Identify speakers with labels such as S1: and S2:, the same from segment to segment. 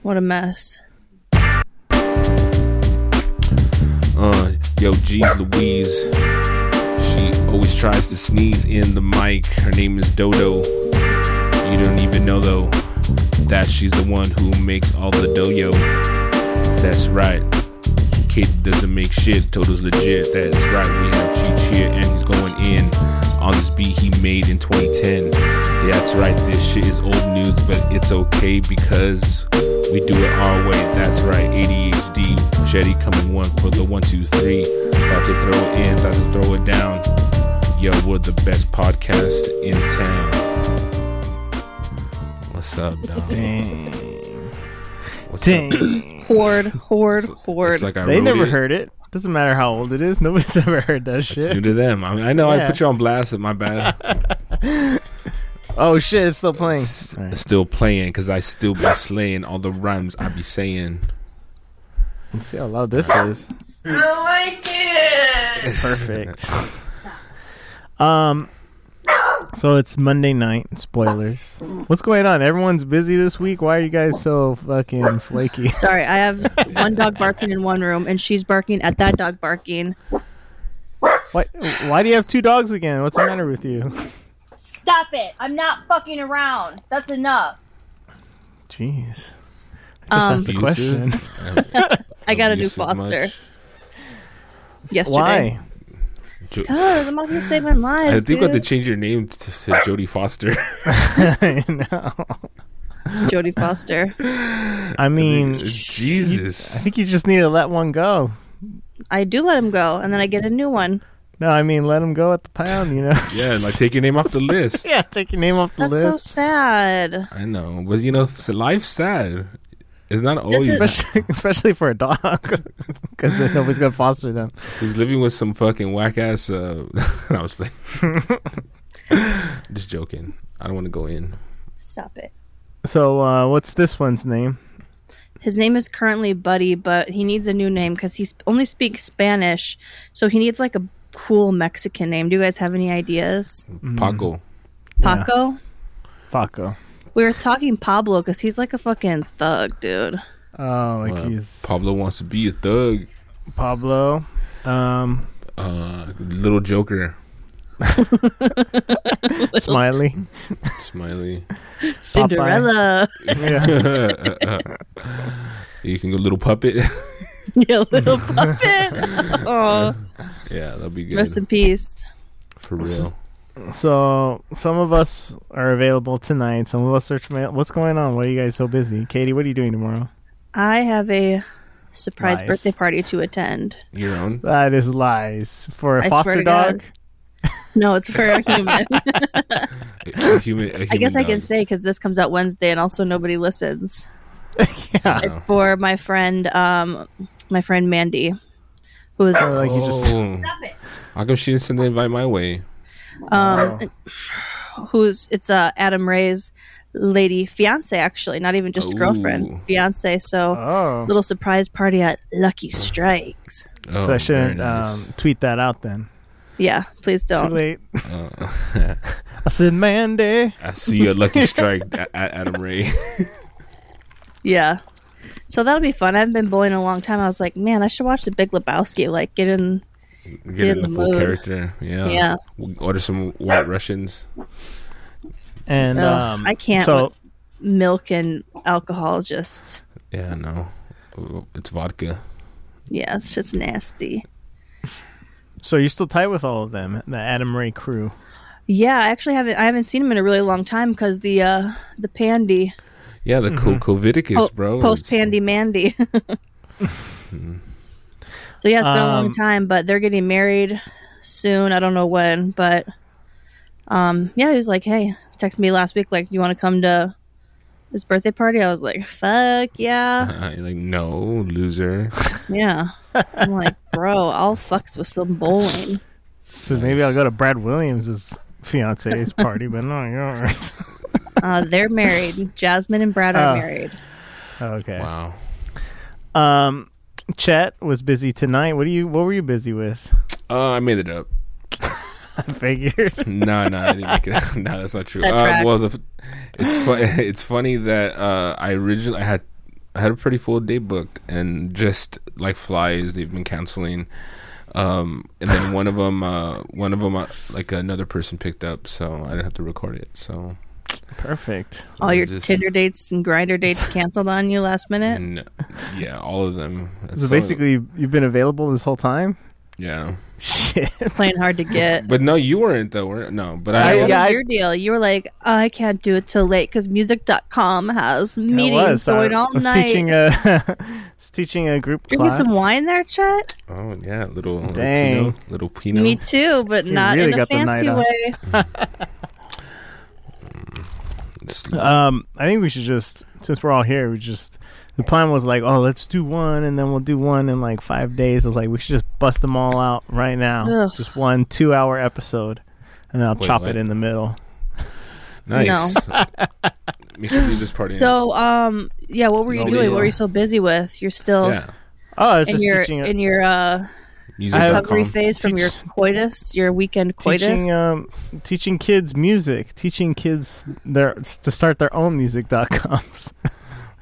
S1: What a mess.
S2: Uh, yo, G's Louise. She always tries to sneeze in the mic. Her name is Dodo. You don't even know though that she's the one who makes all the doyo. That's right. Kate doesn't make shit. Toto's legit. That's right. We have Cheech here, and he's going in on this beat he made in 2010. Yeah, that's right. This shit is old news, but it's okay because we do it our way. That's right. ADHD Jetty coming one for the one, two, three. About to throw it in. About to throw it down. Yo, we're the best podcast in town. What's up, dog?
S3: Dang.
S2: What's up?
S3: Dang.
S1: Horde, horde, horde.
S2: It's like I
S3: they
S2: wrote
S3: never
S2: it.
S3: heard it. Doesn't matter how old it is. Nobody's ever heard that
S2: It's new
S3: shit.
S2: to them. I, mean, I know I
S3: Yeah.
S2: put you on blast. My bad.
S3: Oh shit, it's still playing.
S2: S-
S3: All right.
S2: Still playing because I still be slaying all the rhymes I be saying.
S3: Let's see how loud this is. Perfect. um so it's Monday night, spoilers. What's going on? Everyone's busy this week. Why are you guys so fucking flaky?
S1: Sorry, I have one dog barking in one room and she's barking at that dog barking.
S3: Why why do you have two dogs again? What's the matter with you?
S1: Stop it. I'm not fucking around. That's enough.
S3: Jeez. I just
S1: Um,
S3: asked a
S2: Abusive.
S3: question.
S1: I gotta do
S2: Abusive
S1: foster
S2: much?
S1: yesterday.
S3: Why?
S2: Jo-
S1: Because I'm out here saving
S2: I
S1: lives.
S2: think we have to
S1: dude.
S2: change your name to, to Jodie Foster.
S3: I know.
S1: Jodie Foster.
S3: I mean, I
S2: Jesus.
S3: think you just need to let one go.
S1: I do let him go and then I get a new one.
S3: No, I mean let him go at the pound. You know.
S2: Yeah, like take your name off the list.
S3: yeah, take your name off the
S1: That's so
S3: list.
S1: sad.
S2: I know, but you know, s- life's sad. It's not always
S1: is-
S3: especially, especially for a dog, because nobody's gonna foster them.
S2: He's living with some fucking whack ass. Uh, I was playing. Just joking. I don't want to go in.
S1: Stop it.
S3: So, uh, what's this one's name?
S1: His name is currently Buddy, but he needs a new name because he sp- only speaks Spanish. So he needs like a cool Mexican name. Do you guys have any ideas?
S3: Mm.
S2: Paco.
S3: Yeah.
S1: Paco?
S3: Paco.
S1: We were talking Pablo because he's like a fucking thug, dude.
S3: Oh, like
S2: Uh,
S3: he's
S2: Pablo wants to be a thug.
S3: Pablo. Um,
S2: Uh, little Joker.
S3: Smiley.
S2: Smiley.
S1: Cinderella.
S3: yeah.
S2: you can go little puppet.
S1: yeah, little puppet. oh,
S2: yeah, that'll be good.
S1: rest in peace.
S2: For real.
S3: So some of us are available tonight. Some of us are. Tma- What's going on? Why are you guys so busy? Katie, what are you doing tomorrow?
S1: I have a surprise
S3: Nice.
S1: birthday party to attend.
S2: Your own.
S3: That is Ah, lies for a
S1: I swear
S3: foster
S1: to God.
S3: dog.
S1: No, it's for a human.
S2: A human, a human
S1: I guess I can
S2: dog.
S1: say because this comes out Wednesday and also nobody listens.
S3: yeah.
S1: It's for my friend, um, my friend Mandy, who is
S3: Like you just-
S2: Oh. How come she didn't send the invite my way?
S1: um, who's it's uh, Adam Ray's lady fiance actually, not even just
S2: Ooh.
S1: girlfriend, fiance. So
S3: Oh.
S1: little surprise party at Lucky Strikes.
S2: Oh,
S3: so I
S2: very
S3: shouldn't
S2: nice.
S3: um, tweet that out then.
S1: Yeah, please
S3: Too
S1: don't.
S3: late.
S2: Uh,
S3: I said, Mandy.
S2: I see a lucky strike at Adam Ray.
S1: Yeah. So that'll be fun. I haven't been bowling in a long time. I was like, man, I should watch the Big Lebowski. Like, get in.
S2: Get in
S1: in
S2: the
S1: the
S2: full
S1: mood.
S2: character. Yeah.
S1: Yeah.
S2: We'll order some white Russians.
S3: And
S1: Ugh,
S3: um,
S1: I can't
S3: So
S1: Milk and alcohol is just,
S2: Yeah, no. It's vodka.
S1: yeah, it's just nasty.
S3: so you're still tight with all of them, the Adam Ray crew.
S1: Yeah, I actually haven't. I haven't seen him in a really long time because the uh the Pandy,
S2: Yeah, the
S1: Mm-hmm.
S2: co Covidicus, bro. is-
S1: post Pandy Mandy. so yeah, it's been a
S3: Um,
S1: long time, but they're getting married soon. I don't know when, but um, yeah, he was like, "Hey, text me last week, like, you want to come to his birthday party?" I was like, "Fuck yeah,
S2: Uh, you're like, no, loser.
S1: yeah." I'm like, "Bro, I'll fucks with some bowling."
S3: So maybe I'll go to Brad Williams' fiance's party, but no, you're
S1: Uh, they're married. Jasmine and Brad are
S3: Oh.
S1: married.
S3: okay.
S2: Wow.
S3: Um, Chet was busy tonight. What do you? What were you busy with?
S2: Uh, I made it up.
S3: I figured.
S2: No, no, I didn't make it up. No, that's not true.
S1: That
S2: uh,
S1: tracks.
S2: well, the, f- it's fu- it's funny that uh, I originally I had I had a pretty full day booked, and just like flies, they've been canceling. Um, and then one of them, uh, one of them, uh, like another person picked up, so I didn't have to record it. So
S3: Perfect.
S1: All
S2: I
S1: your
S2: just-
S1: Tinder dates and grinder dates canceled on you last minute.
S2: n- yeah, all of them.
S3: So basically, you've been available this whole time.
S2: yeah.
S3: Shit.
S2: Mm.
S1: Playing hard to get.
S2: But no, you weren't though. Were, no, but
S3: I-
S2: I,
S1: what
S3: yeah,
S1: was your deal? You were like, I can't do it till late because music.com has meetings
S3: I was. uh,
S1: going
S3: I
S1: all
S3: was
S1: night.
S3: teaching a was teaching a group
S1: Drinking
S3: class.
S1: some wine there, Chet?
S2: Oh yeah, little little
S3: Dang.
S2: Pino, little Pino.
S1: Me too, but not
S3: really
S1: in a
S3: got the
S1: fancy
S3: night off.
S1: way.
S2: Just-
S3: Um, I think we should just since we're all here, we just the plan was like, oh, let's do one, and then we'll do one in like five days. It's like we should just bust them all out right now,
S1: Ugh.
S3: just one two-hour episode, and then I'll
S2: Wait,
S3: chop
S2: what?
S3: it in the middle.
S2: nice. Make sure you do this part. in.
S1: So, um, yeah, what were you
S2: No
S1: doing? What
S2: deal.
S1: were you so busy with? You're still
S2: yeah,
S3: Oh, it's
S1: in
S3: just
S1: your
S3: teaching
S1: in your uh,
S2: music.
S3: I have-
S2: dot
S1: recovery
S2: com.
S1: phase from your
S3: Teach-
S1: coitus, your weekend coitus.
S3: teaching um teaching kids music, teaching kids their to start their own music.coms.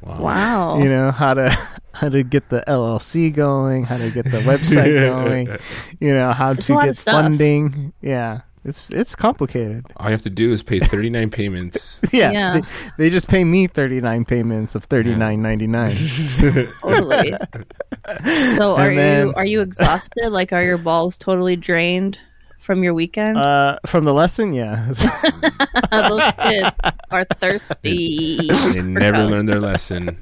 S1: wow.
S3: You know how to how to get the LLC going, how to get the website going, you know how
S1: It's a
S3: to
S1: lot
S3: get
S1: of stuff.
S3: funding. Yeah, it's it's complicated.
S2: All you have to do is pay thirty nine payments.
S3: Yeah,
S1: Yeah.
S3: They, they just pay me thirty nine payments of thirty nine ninety nine.
S1: Totally. so are
S3: And then-
S1: you are you exhausted? Like are your balls totally drained from your weekend?
S3: uh, from the lesson, yeah.
S1: Uh, Those kids are thirsty.
S2: They never learned their lesson.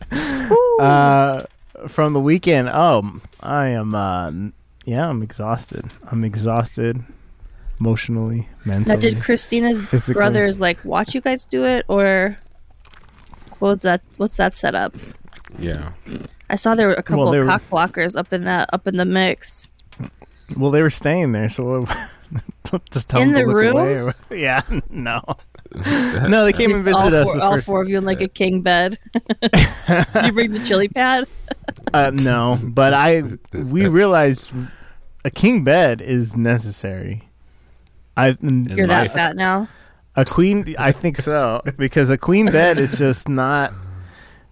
S3: uh, from the weekend, oh, I am. Uh, yeah, I'm exhausted. I'm exhausted, emotionally,
S1: now
S3: mentally.
S1: did Christina's
S3: Physically.
S1: brothers like watch you guys do it or what's that what's that setup?
S2: Yeah,
S1: I saw there were a couple
S3: Well, they were-
S1: cock blockers up in that up in the mix.
S3: well, they were staying there, so don't just tell
S1: In
S3: them
S1: the
S3: to look
S1: room?
S3: away. Or, yeah, no, no, they came and
S1: all
S3: visited us.
S1: four,
S3: the
S1: all
S3: first,
S1: four of you in like a king bed. you bring the chili pad.
S3: Uh, no, but I we realized a king bed is necessary. I
S1: You're that
S2: life.
S1: fat now.
S3: A queen, I think so, because a queen bed is just not.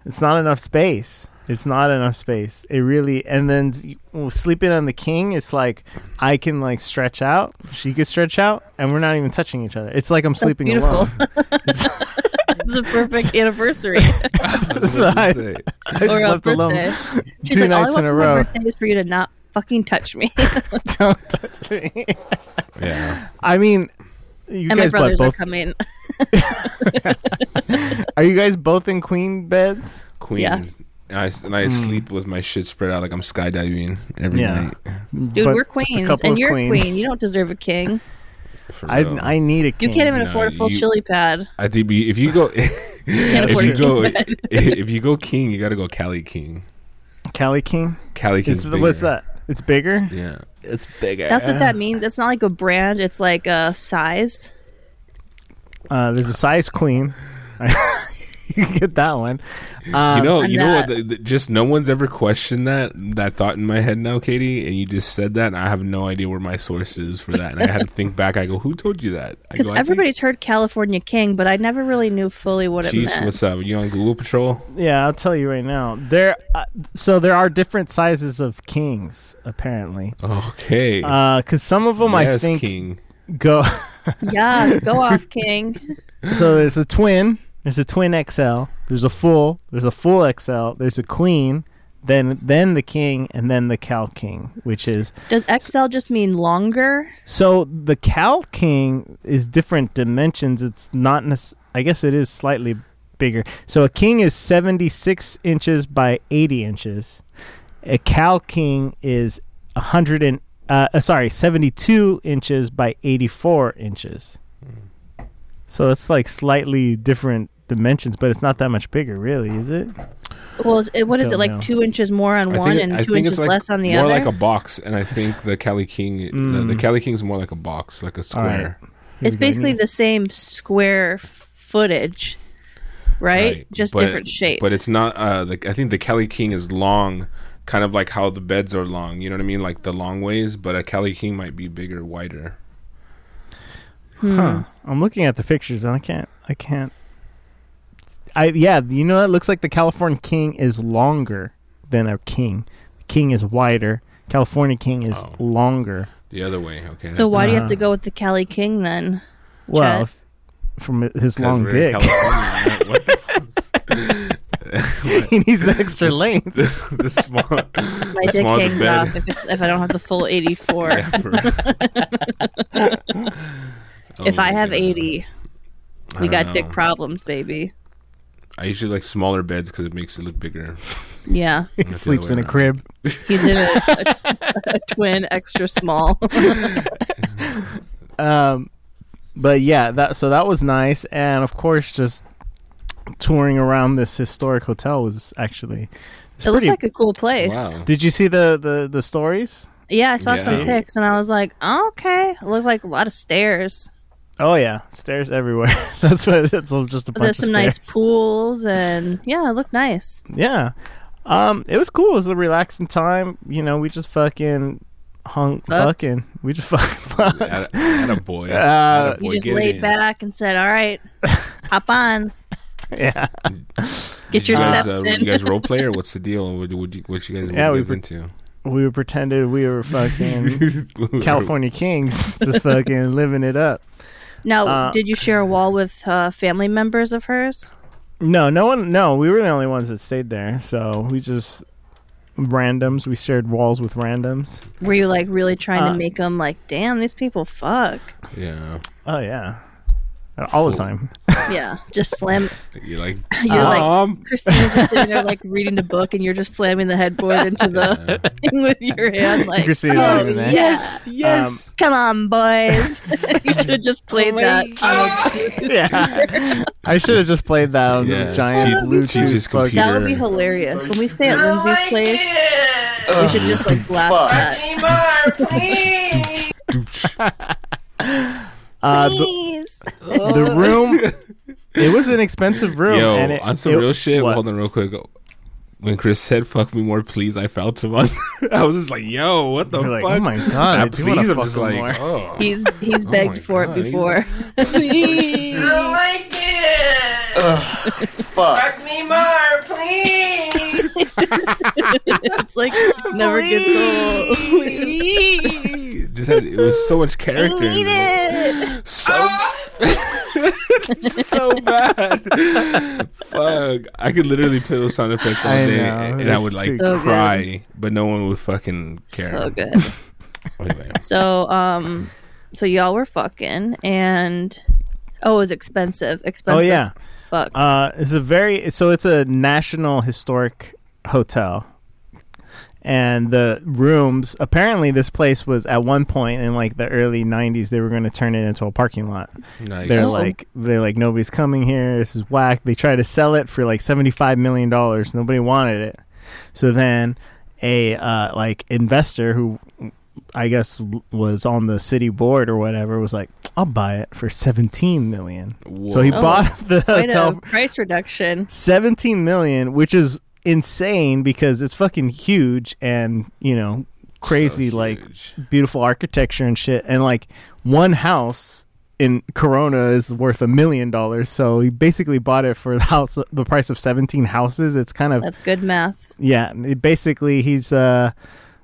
S3: It's not enough space. It's not enough space. It really, and then s- well, sleeping on the king, it's like I can like stretch out, she could stretch out, and we're not even touching each other. It's like I'm sleeping
S1: beautiful.
S3: alone. It's-
S1: It's a perfect anniversary.
S3: so I,
S1: or
S3: I
S1: a
S3: slept
S1: birthday.
S3: alone
S1: She's
S3: two
S1: like, all I want
S3: nights in a
S1: for my
S3: row.
S1: birthday is for you to not fucking touch me.
S3: Don't touch me.
S2: yeah.
S3: I mean,
S1: and
S3: you
S1: my
S3: guys what,
S1: brothers are
S3: both
S1: coming.
S3: Are you guys both in queen beds?
S2: Queen.
S1: Yeah.
S2: And I, and I sleep with my shit spread out like I'm skydiving every
S3: Hmm. Yeah.
S2: night.
S1: Dude,
S3: But
S1: we're
S3: just a
S1: queens,
S3: couple
S1: and
S3: of
S1: you're a
S3: queens.
S1: queen. You don't deserve a king.
S2: for
S3: I,
S2: real.
S3: I need a
S1: You
S3: king.
S1: can't even
S2: Oh, No,
S1: afford a full
S2: you-
S1: chili pad.
S2: I think we- if you go, if
S1: afford
S2: you
S1: a
S2: go,
S1: king bed.
S2: if you go king, you got to go Cali King.
S3: Cali king.
S2: Cali King.
S3: Is the, what's that? It's bigger.
S2: Yeah, it's bigger.
S1: That's what that means. It's not like a brand. It's like a size.
S3: Uh, there's a size queen. you can get that one. Um,
S2: you know,
S1: I'm
S2: you know what?
S1: not-
S2: The, the- just no one's ever questioned that that thought in my head now, Katie. And you just said that, and I have no idea where my source is for that. And I had to think back. I go, who told you that? I
S1: Because
S2: go, oh, I think-
S1: everybody's heard California King, but I never really knew fully what it
S2: Cheech,
S1: meant.
S2: what's up? You on Google Patrol?
S3: Yeah, I'll tell you right now. There, uh, so there are different sizes of kings apparently.
S2: Okay.
S3: Because some of them Uh, I
S2: yes,
S3: think
S2: King.
S3: go.
S1: Yeah, go off, King.
S3: so there's a twin. There's a twin XL. There's a full. There's a full XL. There's a queen. Then then the king and then the cow king, which is
S1: Does XL just mean longer?
S3: So the Cow King is different dimensions. It's not. Nec- I guess it is slightly bigger. So a king is seventy six inches by eighty inches. A Cow King is hundred and uh, uh, sorry seventy two inches by eighty four inches. So it's like slightly different dimensions, but it's not that much bigger, really, is it?
S1: Well, is it, what is it
S3: Don't
S1: like?
S3: know.
S1: Two inches more on
S2: I
S1: one
S2: think, it- I
S1: and two
S2: think
S1: inches
S2: it's like
S1: less on the
S2: more
S1: other.
S2: like a box, and I think the Cali King, the,
S3: Hmm.
S2: the Cali King's more like a box, like a square.
S1: it's
S3: Here we go.
S1: basically the same square f- footage, right? Just
S2: but-
S1: different shape.
S2: But it's not. Uh, the, I think the Cali King is long, kind of like how the beds are long. You know what I mean? Like the long ways. But a Cali King might be bigger, wider. Hmm.
S3: Huh. I'm looking at the pictures and I can't. I can't. I yeah, you know it looks like the California king is longer than a king. The king is wider. California king is
S2: Oh.
S3: longer.
S2: The other way. Okay.
S1: So why do you have to
S2: Uh-huh.
S3: Ah.
S1: go with the Cali King then?
S3: Well,
S1: Chad?
S3: f- from his
S2: Because
S3: long
S2: we're
S3: dick,
S2: in California, right? What the- What?
S3: he needs an extra
S2: The s-
S3: length.
S2: The, the small,
S1: My
S2: the
S1: dick
S2: smaller the
S1: hangs
S2: bed.
S1: off if it's if I don't have the full eighty four.
S2: Yeah, for- Oh
S1: if I
S2: my
S1: have
S2: God.
S1: eighty,
S2: Oh, I
S1: you
S2: don't
S1: got dick
S2: know.
S1: problems, baby.
S2: I usually like smaller beds because it makes it look bigger.
S1: Yeah,
S3: He
S2: other
S3: sleeps
S2: way
S3: in a
S2: around.
S3: crib.
S1: he's in a, a twin extra small.
S3: Um, but yeah, that so that was nice, and of course, just touring around this historic hotel was actually it's
S1: it looked
S3: pretty.
S1: like a cool place.
S2: Wow.
S3: did you see the the the stories?
S1: Yeah, I saw
S2: Yeah.
S1: some pics and I was like, oh, okay, it looked like a lot of stairs.
S3: Oh yeah, stairs everywhere. that's what it's all just a bunch
S1: There's
S3: of
S1: some
S3: stairs.
S1: nice pools and yeah, it looked nice.
S3: Yeah. Um, it was cool. It was a relaxing time. You know, we just fucking hung,
S1: Fucked?
S3: fucking. We just fucking fucked.
S2: At a boy.
S3: Uh,
S1: You just laid back and said, all right, hop on,
S3: Yeah.
S1: get your
S2: you guys,
S1: steps
S2: uh,
S1: in.
S2: You guys role play or what's the deal? What, what, you- what you guys?
S3: Yeah,
S2: what
S3: we
S2: you guys
S3: pre-
S2: into?
S3: We were pretended we were fucking
S2: Mm-hmm.
S3: California kings, just fucking living it up.
S1: Now,
S3: Uh,
S1: did you share a wall with uh, family members of hers?
S3: No, no one. No, we were the only ones that stayed there. So we just randoms. We shared walls with randoms.
S1: Were you like really trying
S3: Uh,
S1: to make them like, damn, these people fuck?
S2: Yeah,
S3: Oh yeah, all the
S2: Cool.
S3: time.
S1: Yeah, just slam.
S2: you like?
S1: You're like-
S3: Um,
S2: "Mom?"
S1: Christine's just sitting there like reading a book, and you're just slamming the headboard into the
S2: Yeah.
S1: thing with your hand. Like,
S3: Christine's
S1: "Oh,
S3: leaving there.
S1: yeah.
S3: yes.
S1: come on, boys. you should have just played that. on a-
S3: yeah, I should have just played that on
S2: Yeah.
S3: the giant
S2: She-
S3: Bluetooth.
S2: she just
S3: fucking-
S2: computer-
S1: That would be hilarious. When we stay at Lindsay's place, we should just like blast that.
S4: please.
S3: Uh, the-
S1: Please.
S3: the room it was an expensive room
S2: Yo,
S3: and it,
S2: on some
S3: it-
S2: real shit.
S3: what?
S2: Hold on, real quick. When Chris said "fuck me more, please," I felt him on. I was just like, "Yo, what the
S3: You're like,
S2: fuck?"
S3: oh my god
S2: Ah,
S3: I do wanna
S2: please, I'm
S3: fuck
S2: just
S3: him
S2: like,
S3: more.
S2: oh.
S1: He's he's
S2: Oh
S1: begged
S2: my
S1: for
S2: God,
S1: it
S2: he's-
S1: before.
S4: like it. Fuck me more, please.
S1: it's like never gets old.
S2: "Oh." just had it was so much character. in it. So so bad. Fuck, I could literally play those sound effects all
S3: I
S2: day,
S3: know,
S2: and I
S3: it's
S2: would like
S3: so
S1: good.
S2: cry, but no one would fucking care.
S1: So good.
S2: Anyway.
S1: So um, so y'all were fucking and oh, it was expensive.
S3: oh
S1: Expensive.
S3: yeah
S1: Fucks.
S3: uh it's a very so it's a national historic hotel and the rooms apparently this place was at one point in like the early 90s they were going to turn it into a parking lot
S2: Nice.
S3: they're
S1: Oh.
S3: like they're like nobody's coming here this is whack they tried to sell it for like 75 million dollars nobody wanted it so then a uh, like investor who i guess w- was on the city board or whatever was like i'll buy it for 17 million so he
S2: Whoa.
S3: bought the
S1: Oh, Quite
S3: hotel
S1: a price reduction.
S3: 17 million which is insane because it's fucking huge and you know crazy
S2: So
S3: like
S2: huge.
S3: beautiful architecture and shit and like one house in corona is worth a million dollars so he basically bought it for the house the price of 17 houses it's kind of
S1: That's good math.
S3: yeah it basically he's uh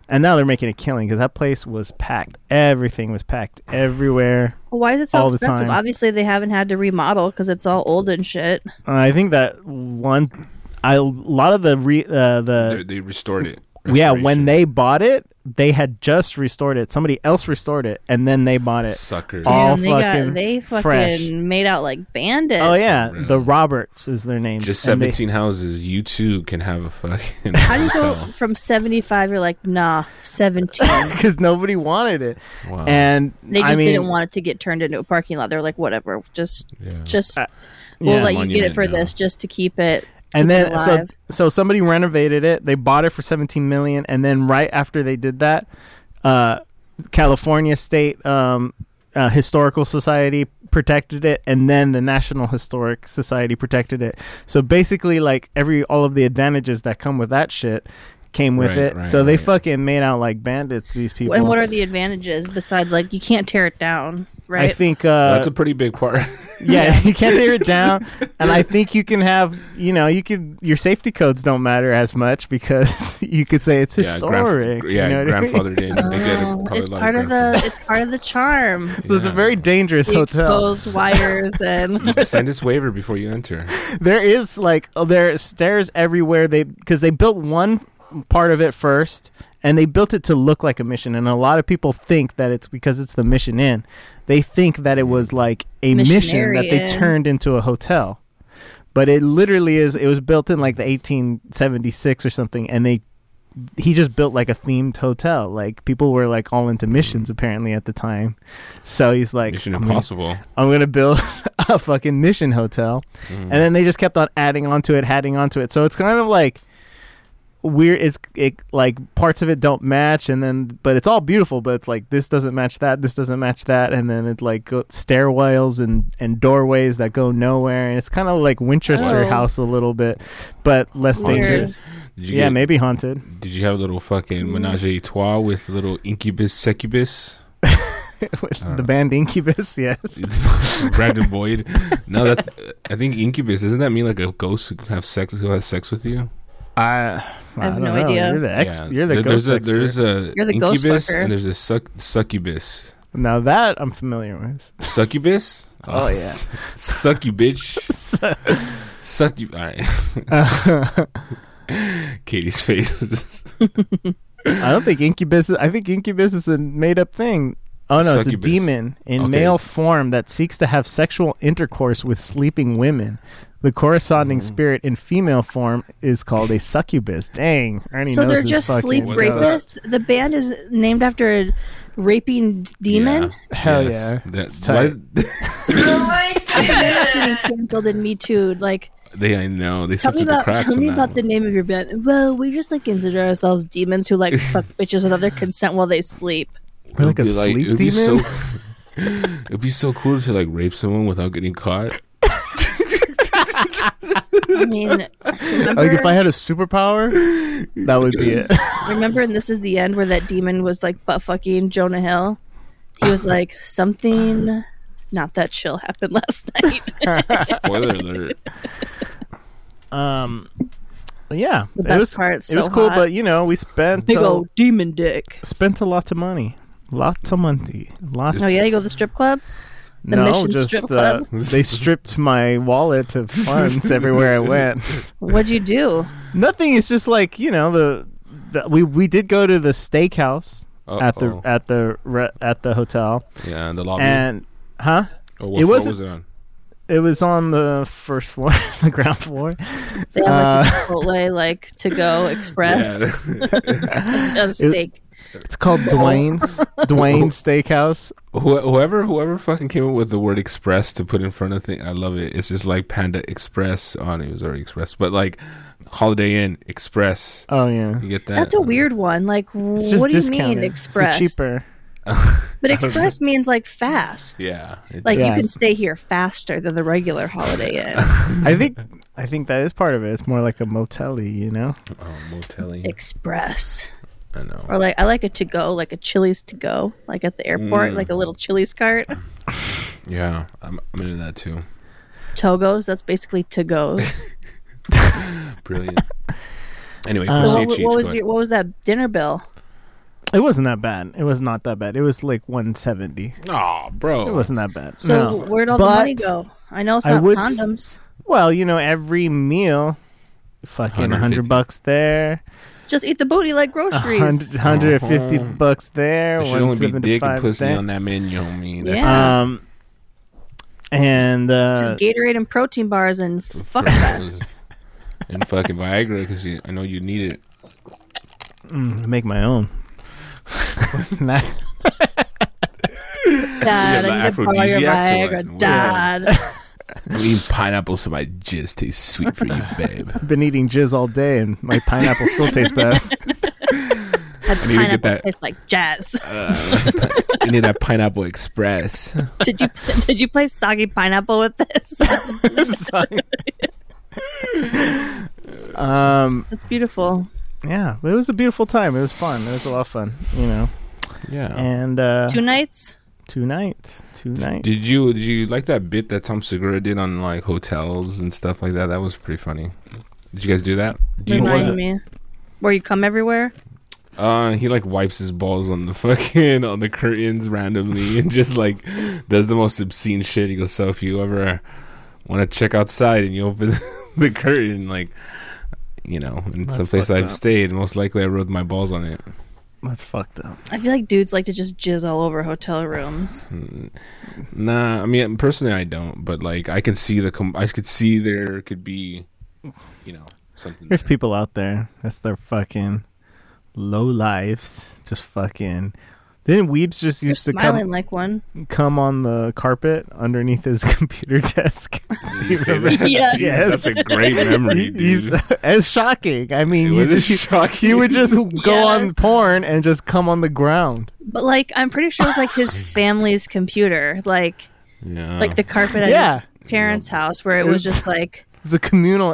S3: and now they're making a killing because that place was packed everything was packed everywhere
S1: Well, why is it so
S3: All the
S1: expensive?
S3: time.
S1: Obviously, they haven't had to remodel because it's all old and shit.
S3: uh, i think that one I, a lot of the re, uh, the
S2: they, they restored it.
S3: Yeah, when
S2: Restoration.
S3: they bought it, they had just restored it. Somebody else restored it, and then they bought it.
S2: suckers.
S3: All-
S1: Damn, they
S3: fucking
S1: got they fucking
S3: fresh.
S1: made out like bandits.
S3: oh yeah,
S2: Really?
S3: the Roberts is their name.
S2: Just
S3: and they-
S2: seventeen houses. You too can have a fucking.
S1: How do you go
S2: hotel.
S1: from seventy five? You're like, nah, seventeen.
S3: because nobody wanted it,
S2: Wow.
S3: and
S1: They just
S3: I mean,
S1: didn't want it to get turned into a parking lot. They're like, whatever, just
S2: Yeah.
S1: just
S3: Uh,
S1: we'll
S3: yeah.
S1: let you get it
S2: Monument
S1: for
S2: now.
S1: this just to keep it.
S3: and
S1: keep it
S3: then so
S1: alive.
S3: so somebody renovated it. They bought it for seventeen million, and then right after they did that, uh, California State um, uh, Historical Society protected it, and then the National Historic Society protected it. So basically, like every all of the advantages that come with that shit came with
S2: Right,
S3: it.
S2: right,
S3: so they
S2: right.
S3: fucking made out like bandits. These people.
S1: And what are the advantages besides like you can't tear it down? right?
S3: I think uh,
S2: That's a pretty big part.
S3: yeah, you can't tear it down, and I think you can have you know you could your safety codes don't matter as much because you could say it's
S2: yeah, grandf-
S3: historic.
S2: yeah,
S3: you know what I mean?
S2: grandfathered in. They get a-
S1: Oh,
S2: probably
S1: it's
S2: a lot
S1: part of
S2: grandfathering.
S1: the it's part of the charm.
S3: So it's a
S2: Yeah.
S3: very dangerous
S1: The
S3: hotel.
S1: exposed wires and
S2: You can send us waiver before you enter.
S3: There is like oh, there are stairs everywhere. They because they built one part of it first, and they built it to look like a mission. And a lot of people think that it's because it's the Mission Inn. They think that it was like a mission that
S1: Missionary
S3: they
S1: Inn.
S3: turned into a hotel, but it literally is. It was built in like the 1876 or something, and they he just built like a themed hotel. Like people were like all into missions apparently at the time. So he's like
S2: Mm. Mission
S3: I'm gonna-
S2: Impossible.
S3: I'm gonna build a fucking mission hotel,
S2: Mm.
S3: and then they just kept on adding onto it, adding onto it. So it's kind of like weird. It's it like parts of it don't match, and then but it's all beautiful. But it's like this doesn't match that, this doesn't match that, and then it like go, stairwells and and doorways that go nowhere, and it's kind of like Winchester
S1: Oh.
S3: House a little bit, but less
S1: Weird.
S3: dangerous.
S2: Did you
S3: Yeah,
S2: get-
S3: maybe haunted.
S2: Did you have a little fucking
S1: Mm.
S2: menage a trois with little incubus succubus?
S3: With
S2: don't
S3: the
S2: know.
S3: band Incubus, yes.
S2: Brandon Boyd. No, that's. I think incubus. Doesn't that mean like a ghost who have sex who has sex with you?
S3: I, I
S1: have
S3: don't
S1: no
S3: know.
S1: idea.
S3: You're the ex.
S2: Yeah.
S3: You're the
S2: There-
S3: ghost.
S2: there's a
S3: expert.
S2: there's a
S1: You're the ghost
S2: incubus
S1: fucker.
S2: and there's a suc- succubus.
S3: now that I'm familiar with.
S2: Succubus.
S3: Oh, yeah.
S2: s- suck you, bitch. suck you. All right.
S3: Uh,
S2: Katie's face.
S3: I don't think incubus. Is, I think incubus is a made up thing. Oh no, it's a
S2: Succubus.
S3: demon in
S2: Okay.
S3: male form that seeks to have sexual intercourse with sleeping women. The corresponding spirit in female form is called a succubus. Dang, Ernie
S1: so
S3: knows
S1: they're
S3: his
S1: just
S3: fucking
S1: sleep
S2: What's up?
S1: rapists. The band is named after a raping d- demon.
S2: Yeah.
S3: Hell
S2: Yes.
S3: yeah.
S2: That-
S3: It's tight.
S2: why-
S4: don't like
S1: Being
S4: it.
S1: canceled and Me Too. Like,
S2: they I know they
S1: tell
S2: slipped
S1: me
S2: through the
S1: about
S2: cracks.
S1: tell
S2: on
S1: me
S2: that
S1: about the
S2: one.
S1: name of your band. Well, we just like consider ourselves demons who like fuck bitches without their consent while they sleep.
S3: We're like a
S2: It'd be
S3: sleep
S2: it'd be
S3: demon.
S2: so- it'd be so cool to like rape someone without getting caught.
S1: I mean, remember,
S3: like if I had a superpower, that would be it.
S1: remember, and this is the end where that demon was like butt fucking Jonah Hill. He was like something. Not that chill happened last night.
S2: Spoiler alert.
S3: um, yeah,
S1: the
S3: it
S1: best
S3: was
S1: part. It's
S3: it was
S1: so
S3: cool,
S1: hot.
S3: but you know we spent
S1: Big
S3: a-
S1: old demon dick.
S3: spent a lot of money, lots of money, lots.
S1: Oh yeah, you go to the strip club. The
S3: no,
S1: Mission
S3: just
S1: Strip
S3: uh,
S1: Club?
S3: they stripped my wallet of funds everywhere I went.
S1: What'd you do?
S3: Nothing. It's just like you know the, the we we did go to the steakhouse at the
S2: Uh-oh. Oh,
S3: at the re, at the hotel
S2: yeah in the lobby.
S3: and huh
S2: oh, what
S3: it
S2: floor
S3: wasn't-
S2: was it on?
S3: it was on the first floor, the ground floor.
S1: They had like
S3: Uh,
S1: a Chipotle like to go express on steak.
S3: It's called Dwayne's Dwayne's Steakhouse.
S2: Who- whoever whoever fucking came up with the word express to put in front of thing, I love it. It's just like Panda Express on it was already express, but like Holiday Inn Express.
S3: Oh yeah,
S2: You get that?
S1: That's a weird one. Like,
S3: it's just
S1: what do you mean
S3: discounted.
S1: express?
S3: It's the cheaper.
S1: But express means like fast.
S2: Yeah. It-
S1: Like
S3: Yeah.
S1: you can stay here faster than the regular Holiday Inn.
S3: I think I think that is part of it. It's more like a motel, you know.
S2: oh, motel.
S1: express.
S2: I know.
S1: Or like I like a to go, like a Chili's to go, like at the airport,
S2: Mm.
S1: like a little Chili's cart.
S2: Yeah, I'm, I'm into that too.
S1: Togos, that's basically to goes.
S2: Brilliant. anyway,
S1: So
S3: Uh,
S2: proceed,
S1: what,
S2: Chief,
S1: what
S2: go
S1: was
S2: ahead.
S1: your what was that dinner bill?
S3: It wasn't that bad. It was not that bad. It was like 170.
S2: Aw, bro.
S3: It wasn't that bad.
S1: So
S3: no.
S1: where'd all the
S3: But-
S1: money go? I know it's not
S3: I would s-
S1: condoms.
S3: Well, you know, every meal, fucking
S2: 150.
S3: 100 bucks there,
S1: Just eat the booty like groceries.
S3: 100, 150
S2: Uh-huh.
S3: bucks there,
S2: There should only be dick and
S3: 175
S2: pussy
S3: there.
S2: on that menu, homie. That's
S1: Yeah.
S3: Um, and uh,
S1: Just Gatorade and protein bars and fuck fest.
S2: and fucking Viagra because I know you need it.
S3: mm, make my own. Not-
S1: Dad, I need to borrow your
S2: Aphrodisiacs or
S1: Viagra.
S2: what?
S1: Dad.
S2: I'm eating pineapple so my jizz tastes sweet for you, babe.
S3: I've been eating jizz all day, and my pineapple still tastes bad.
S1: That
S2: need to get
S1: pineapple
S2: that.
S1: tastes like jazz.
S2: I need that pineapple express.
S1: did you did you play soggy pineapple with this?
S3: Sorry. um,
S1: That's beautiful.
S3: yeah, it
S2: Oh.
S3: was a beautiful time. It was fun. It was a lot of fun, you know.
S2: Yeah.
S3: And uh,
S1: Two nights.
S3: Two nights. Two nights.
S2: Did you did you like that bit that Tom Segura did on like hotels and stuff like that? That was pretty funny. Did you guys do that? Do you
S3: What was
S1: Remind
S3: it?
S1: me. Where you come everywhere?
S2: Uh, he like wipes his balls on the fucking on the curtains randomly and just like does the most obscene shit. He goes, "So if you ever want to check outside and you open the curtain, like you know, in
S3: That's
S2: some place
S3: fucked
S2: I've
S3: up.
S2: stayed, most likely I rubbed my balls on it."
S3: That's fucked up.
S1: I feel like dudes like to just jizz all over hotel rooms.
S2: Mm, Nah, I mean personally I don't, but like I can see the com- I could see there could be, you know, something.
S3: There's
S2: there.
S3: people out there. That's their fucking low lives. Just fucking. Then Weebs just
S1: You're
S3: used to
S1: smiling
S3: come
S1: like one.
S3: come on the carpet underneath his computer desk.
S2: Did you say that?
S1: Yes.
S2: Jeez, That's a great memory, dude.
S3: He's as shocking. I mean,
S2: It
S3: you
S2: was
S3: just,
S2: shocking.
S3: he would just go on
S1: Yes.
S3: porn and just come on the ground.
S1: But like I'm pretty sure it's like his family's computer, like
S2: Oh. yeah.
S1: like the carpet at
S3: Yeah.
S1: his parents' house where it was
S3: It's-
S1: just like
S3: It's a communal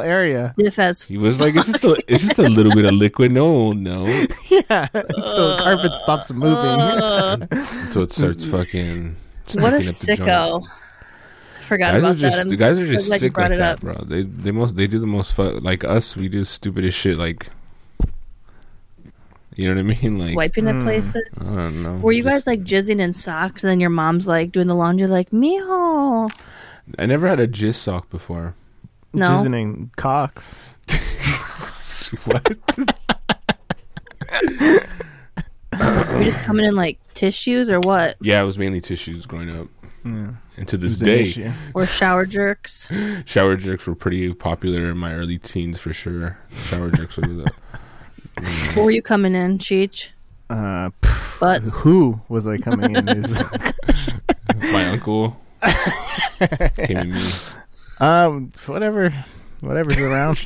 S3: area.
S1: stiff as f-
S2: He was like, it's just a, it's just a little bit of liquid. No, no.
S3: Yeah, until the carpet stops moving.
S1: Ugh.
S2: So it starts fucking.
S1: what a
S2: sticking up
S1: sicko. I forgot
S2: the
S1: about
S2: joint. Guys are just
S1: that. I'm
S2: the guys are
S1: so
S2: just
S1: glad you
S2: sick
S1: brought it
S2: like that,
S1: up.
S2: bro. They they most they do the most fu- like us. We do stupidest shit like. You know what I mean? Like
S1: Wiping at places.
S2: I don't know.
S1: Were you guys
S2: Just-
S1: like jizzing in socks and then your mom's like doing the laundry like, Mijo
S2: I never had a jizz sock before.
S1: No.
S3: Jizzing in cocks.
S2: what?
S1: You're just coming in like tissues or what?
S2: yeah, it was mainly tissues growing up.
S3: Yeah.
S2: And to
S3: It's
S2: this
S3: an
S2: day,
S3: issue.
S1: Or shower jerks.
S2: shower jerks were pretty popular in my early teens for sure. Shower jerks were the
S1: What were you coming in, Cheech?
S3: Uh, pff,
S1: Butts.
S3: who was I coming in? Is-
S2: my uncle came at me.
S3: um, whatever, whatever's around,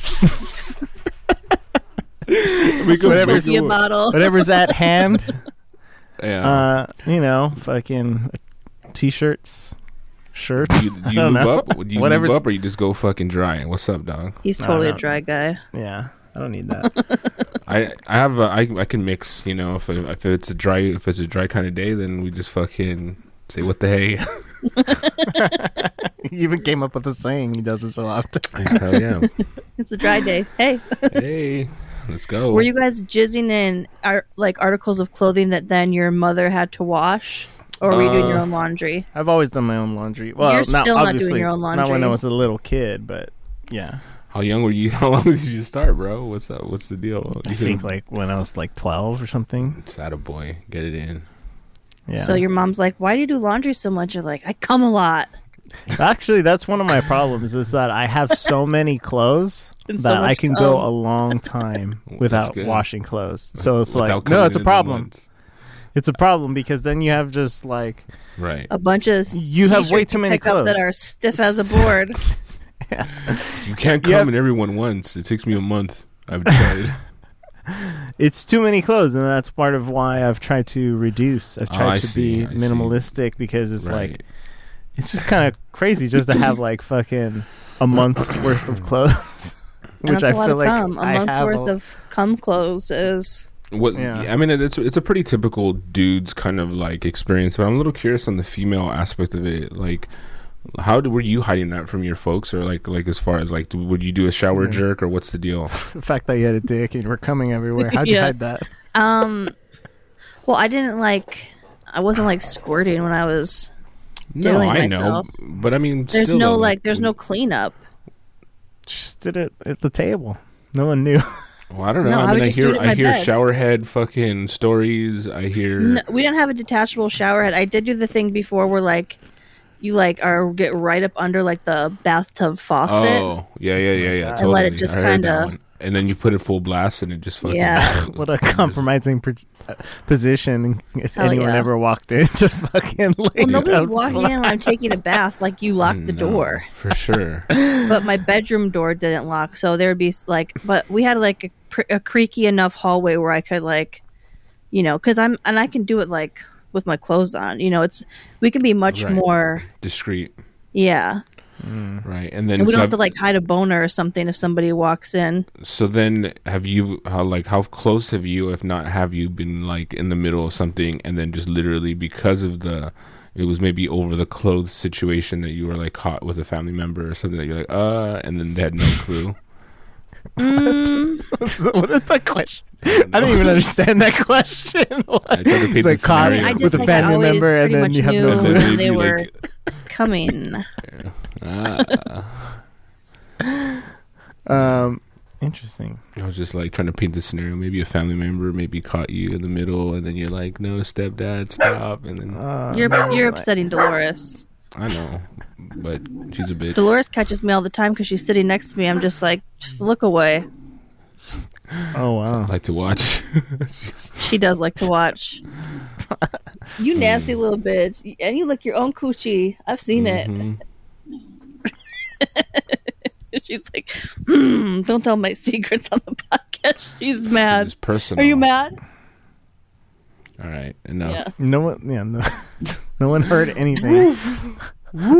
S3: Whatever.
S1: Lizzie a bottle.
S3: whatever's at hand.
S2: Yeah.
S3: Uh, you know, fucking t-shirts, shirts.
S2: do you, do you
S3: don't
S2: lube
S3: know.
S2: up? Do you
S3: Whatever's-
S2: lube up or you just go fucking dry? What's up, dog?
S1: He's totally
S3: no.
S1: a dry guy.
S3: Yeah, I don't need that.
S2: I I have a, I I can mix. You know, if if it's a dry if it's a dry kind of day, then we just fucking say what the hey.
S3: he even came up with a saying. He does it so often.
S2: Hell yeah.
S1: It's a dry day. Hey,
S2: hey, let's go.
S1: were you guys jizzing in ar- like articles of clothing that then your mother had to wash, or were you doing your
S2: Uh,
S1: own laundry?
S3: I've always done my own laundry. Well,
S1: You're
S3: not
S1: still not doing
S3: obviously
S1: your own
S3: Not when I
S1: laundry.
S3: was a little kid, but yeah,
S2: How young were you? How long did you start, bro? What's up? What's the deal?
S3: I think like when I was like twelve or something.
S2: it's out of boy. Get it in.
S3: Yeah.
S1: So your mom's like, "Why do you do laundry so much?" You're like, "I come a lot."
S3: Actually, that's one of my problems is that I have so many clothes
S1: And so
S3: that I
S1: much
S3: can
S1: to
S3: go
S1: own.
S3: a long time
S2: That's
S3: without
S2: good.
S3: washing clothes. So it's
S2: Without
S3: like,
S2: coming
S3: no, it's a
S2: in at
S3: problem.
S2: once.
S3: It's a problem because then you have just like
S2: Right.
S1: A bunch of
S3: You have way
S1: t-shirts
S3: too
S1: you
S3: many
S1: pick up that
S3: clothes.
S1: are stiff as a board.
S2: You can't come
S3: You have-
S2: and everyone once. It takes me a month. I've decided.
S3: it's too many clothes, and that's part of why I've tried to reduce. I've
S2: Oh,
S3: tried
S2: I
S3: to
S2: see,
S3: be
S2: I see.
S3: minimalistic because it's
S2: right.
S3: like it's just kind of crazy just to have like fucking a month's worth of clothes,
S1: And
S3: which
S1: that's
S3: I
S1: a lot
S3: feel
S1: of
S3: like
S1: cum. A
S3: I
S1: month's
S3: have
S1: worth
S3: a-
S1: of cum clothes is
S2: What
S3: Yeah.
S2: I mean, it's it's a pretty typical dude's kind of like experience, but I'm a little curious on the female aspect of it. Like, how do, were you hiding that from your folks, or like like as far as like, do, would you do a shower
S3: Yeah.
S2: jerk, or what's the deal?
S3: the fact that you had a dick and you were coming everywhere. How'd you
S1: Yeah.
S3: hide that?
S1: um. Well, I didn't like. I wasn't like squirting when I was.
S2: No,
S1: Doing
S2: I
S1: myself.
S2: know, but I mean,
S1: There's
S2: still,
S1: no
S2: though,
S1: like. There's no cleanup.
S3: Just did it at the table. No one knew.
S2: Well, I don't know.
S1: No, I
S2: I
S1: would
S2: mean, I
S1: just do
S2: hear
S1: it in
S2: I
S1: my
S2: hear
S1: bed.
S2: showerhead fucking stories. I hear
S1: No, we didn't have a detachable shower head. I did do the thing before where like you like are get right up under like the bathtub faucet.
S2: oh yeah yeah yeah yeah
S1: And
S2: totally.
S1: let it just
S2: I heard that
S1: kinda-
S2: one. and then you put it full blast and it just fucking
S1: Yeah.
S3: What a compromising pr- position if
S1: Hell
S3: anyone
S1: yeah.
S3: ever walked in. Just fucking
S1: Well,
S3: laid
S1: nobody's
S3: out
S1: walking
S3: flat.
S1: in when I'm taking a bath. Like you lock the
S2: Oh, No,
S1: door,
S2: for sure.
S1: but my bedroom door didn't lock, so there would be like. But we had like a, pr- a creaky enough hallway where I could like, you know, because I'm and I can do it like with my clothes on. You know, it's we can be much
S2: Right.
S1: more.
S2: Discreet,
S1: Yeah,
S2: right? And then
S1: and we
S2: so
S1: don't
S2: I've-
S1: have to like hide a boner or something if somebody walks in.
S2: So then, have you how like how close have you, if not have you, been like in the middle of something and then just literally because of the it was maybe over the clothes situation that you were like caught with a family member or something that you're like, uh, and then they had no clue.
S1: Mm,
S3: What's the- what is that question? I don't even understand that question.
S2: I tried to paint
S3: He's
S2: the
S3: like caught
S2: scenario. I
S1: just
S3: with a
S1: think I
S3: family
S1: always
S3: member,
S1: pretty
S3: and then
S1: much
S3: you have
S1: knew.
S3: no
S2: And
S3: clue.
S2: then they'd
S1: They
S2: be
S1: were-
S2: like,
S1: coming.
S2: ah.
S3: Um, interesting.
S2: I was just like trying to paint the scenario. Maybe a family member maybe caught you in the middle, and then you're like, "No, stepdad, stop!" And then
S3: Uh,
S1: You're
S3: no,
S1: you're
S3: like-
S1: upsetting Dolores.
S2: I know, but she's a bitch.
S1: Dolores catches me all the time because she's sitting next to me. I'm just like, look away.
S3: Oh
S2: I
S3: wow.
S2: like to watch.
S1: She does like to watch. you nasty little bitch, and you lick your own coochie. I've seen
S3: Mm-hmm.
S2: Mhm.
S1: it. She's like, hmm, don't tell my secrets on the podcast. She's mad.
S2: It's personal.
S1: Are you mad?
S2: All right, enough.
S1: Yeah.
S3: No one. Yeah. No, no one heard anything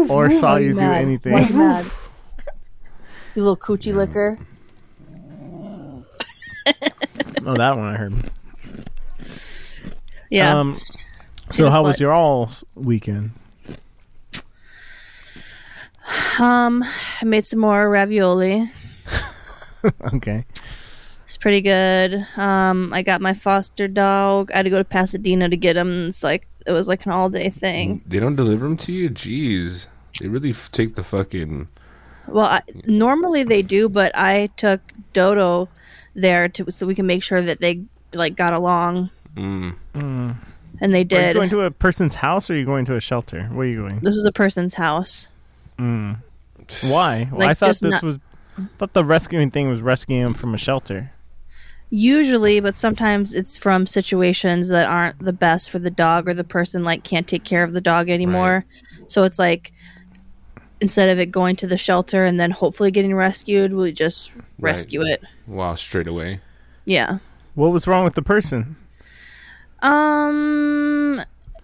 S3: or saw
S1: Why
S3: you do
S1: mad? Why
S3: anything.
S1: mad? You little coochie licker.
S3: Um, Oh, that one I heard.
S1: Yeah.
S3: Um, so
S1: just
S3: how
S1: like-
S3: was your all's weekend?
S1: Um, I made some more ravioli.
S3: Okay.
S1: It's pretty good. Um, I got my foster dog. I had to go to Pasadena to get him. It's like it was like an all day thing.
S2: They don't deliver them to you. Jeez, they really f- take the fucking.
S1: Well, I, normally they do, but I took Dodo there to so we can make sure that they like got along,
S2: Mm.
S3: Mm.
S1: and they
S3: Are you
S1: did.
S3: going to a person's house or are you going to a shelter? Where are you going?
S1: this is a person's house.
S3: Mm. Why? Well,
S1: Like,
S3: I thought
S1: just
S3: this
S1: not-
S3: was. thought the rescuing thing was rescuing him from a shelter.
S1: Usually, but sometimes it's from situations that aren't the best for the dog or the person like can't take care of the dog anymore. So it's like instead of it going to the shelter and then hopefully getting rescued, we just rescue it.
S2: Wow, straight away.
S1: Yeah.
S3: What was wrong with the person?
S1: Um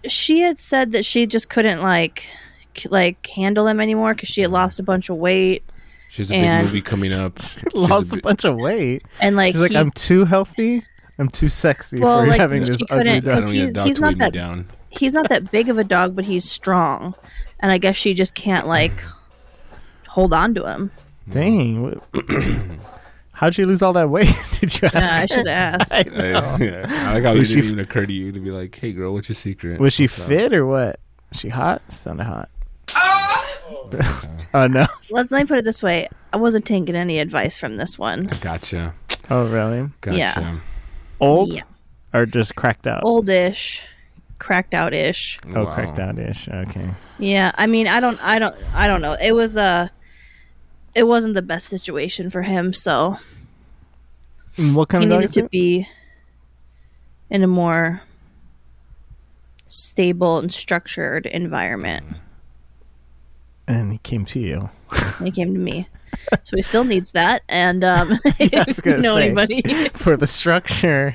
S1: she had said that she just couldn't like c- like handle him anymore cuz she had lost a bunch of weight
S2: She has a
S1: And-
S2: big movie coming up. She has
S3: Lost a
S2: big-
S3: bunch of weight.
S1: and like
S3: She's like,
S1: he-
S3: I'm too healthy. I'm too sexy
S1: Well,
S3: for
S1: like,
S3: having
S1: she
S3: this ugly
S1: couldn't-
S2: I
S3: dog.
S2: don't
S1: he's-
S2: need a dog
S1: he's
S2: to
S1: not
S2: weigh me
S1: that-
S2: down.
S1: he's not that big of a dog but he's strong and I guess she just can't like hold on to him.
S3: Dang. what- How'd you lose all that weight? Did you ask?
S1: Yeah, I
S3: her?
S1: should ask.
S3: I
S2: I,
S3: know.
S1: Oh.
S2: yeah. I like how it
S3: Was she
S2: didn't
S3: f-
S2: even occur to you to be like, "Hey, girl, what's your secret?"
S3: Was she
S2: What's up?
S3: fit or what? She hot? Sounded hot.
S2: Ah!
S4: Oh,
S3: Oh no.
S1: Let's let me put it this way: I wasn't taking any advice from this one.
S2: Gotcha.
S3: Oh really?
S2: Gotcha.
S1: Yeah.
S3: Old
S1: Yeah.
S3: or just cracked out?
S1: Oldish, cracked out ish.
S3: Oh,
S2: Wow.
S3: cracked out ish. Okay.
S1: Yeah, I mean, I don't, I don't, I don't know. It was uh it wasn't the best situation for him, so
S3: And what kind
S1: he
S3: of dog
S1: needed
S3: is
S1: to
S3: it?
S1: be in a more stable and structured environment.
S3: And he came to you. Hmm.
S1: And he came to me, so he still needs that. And um,
S3: I was
S1: if you
S3: gonna
S1: know
S3: say.
S1: anybody?
S3: for the structure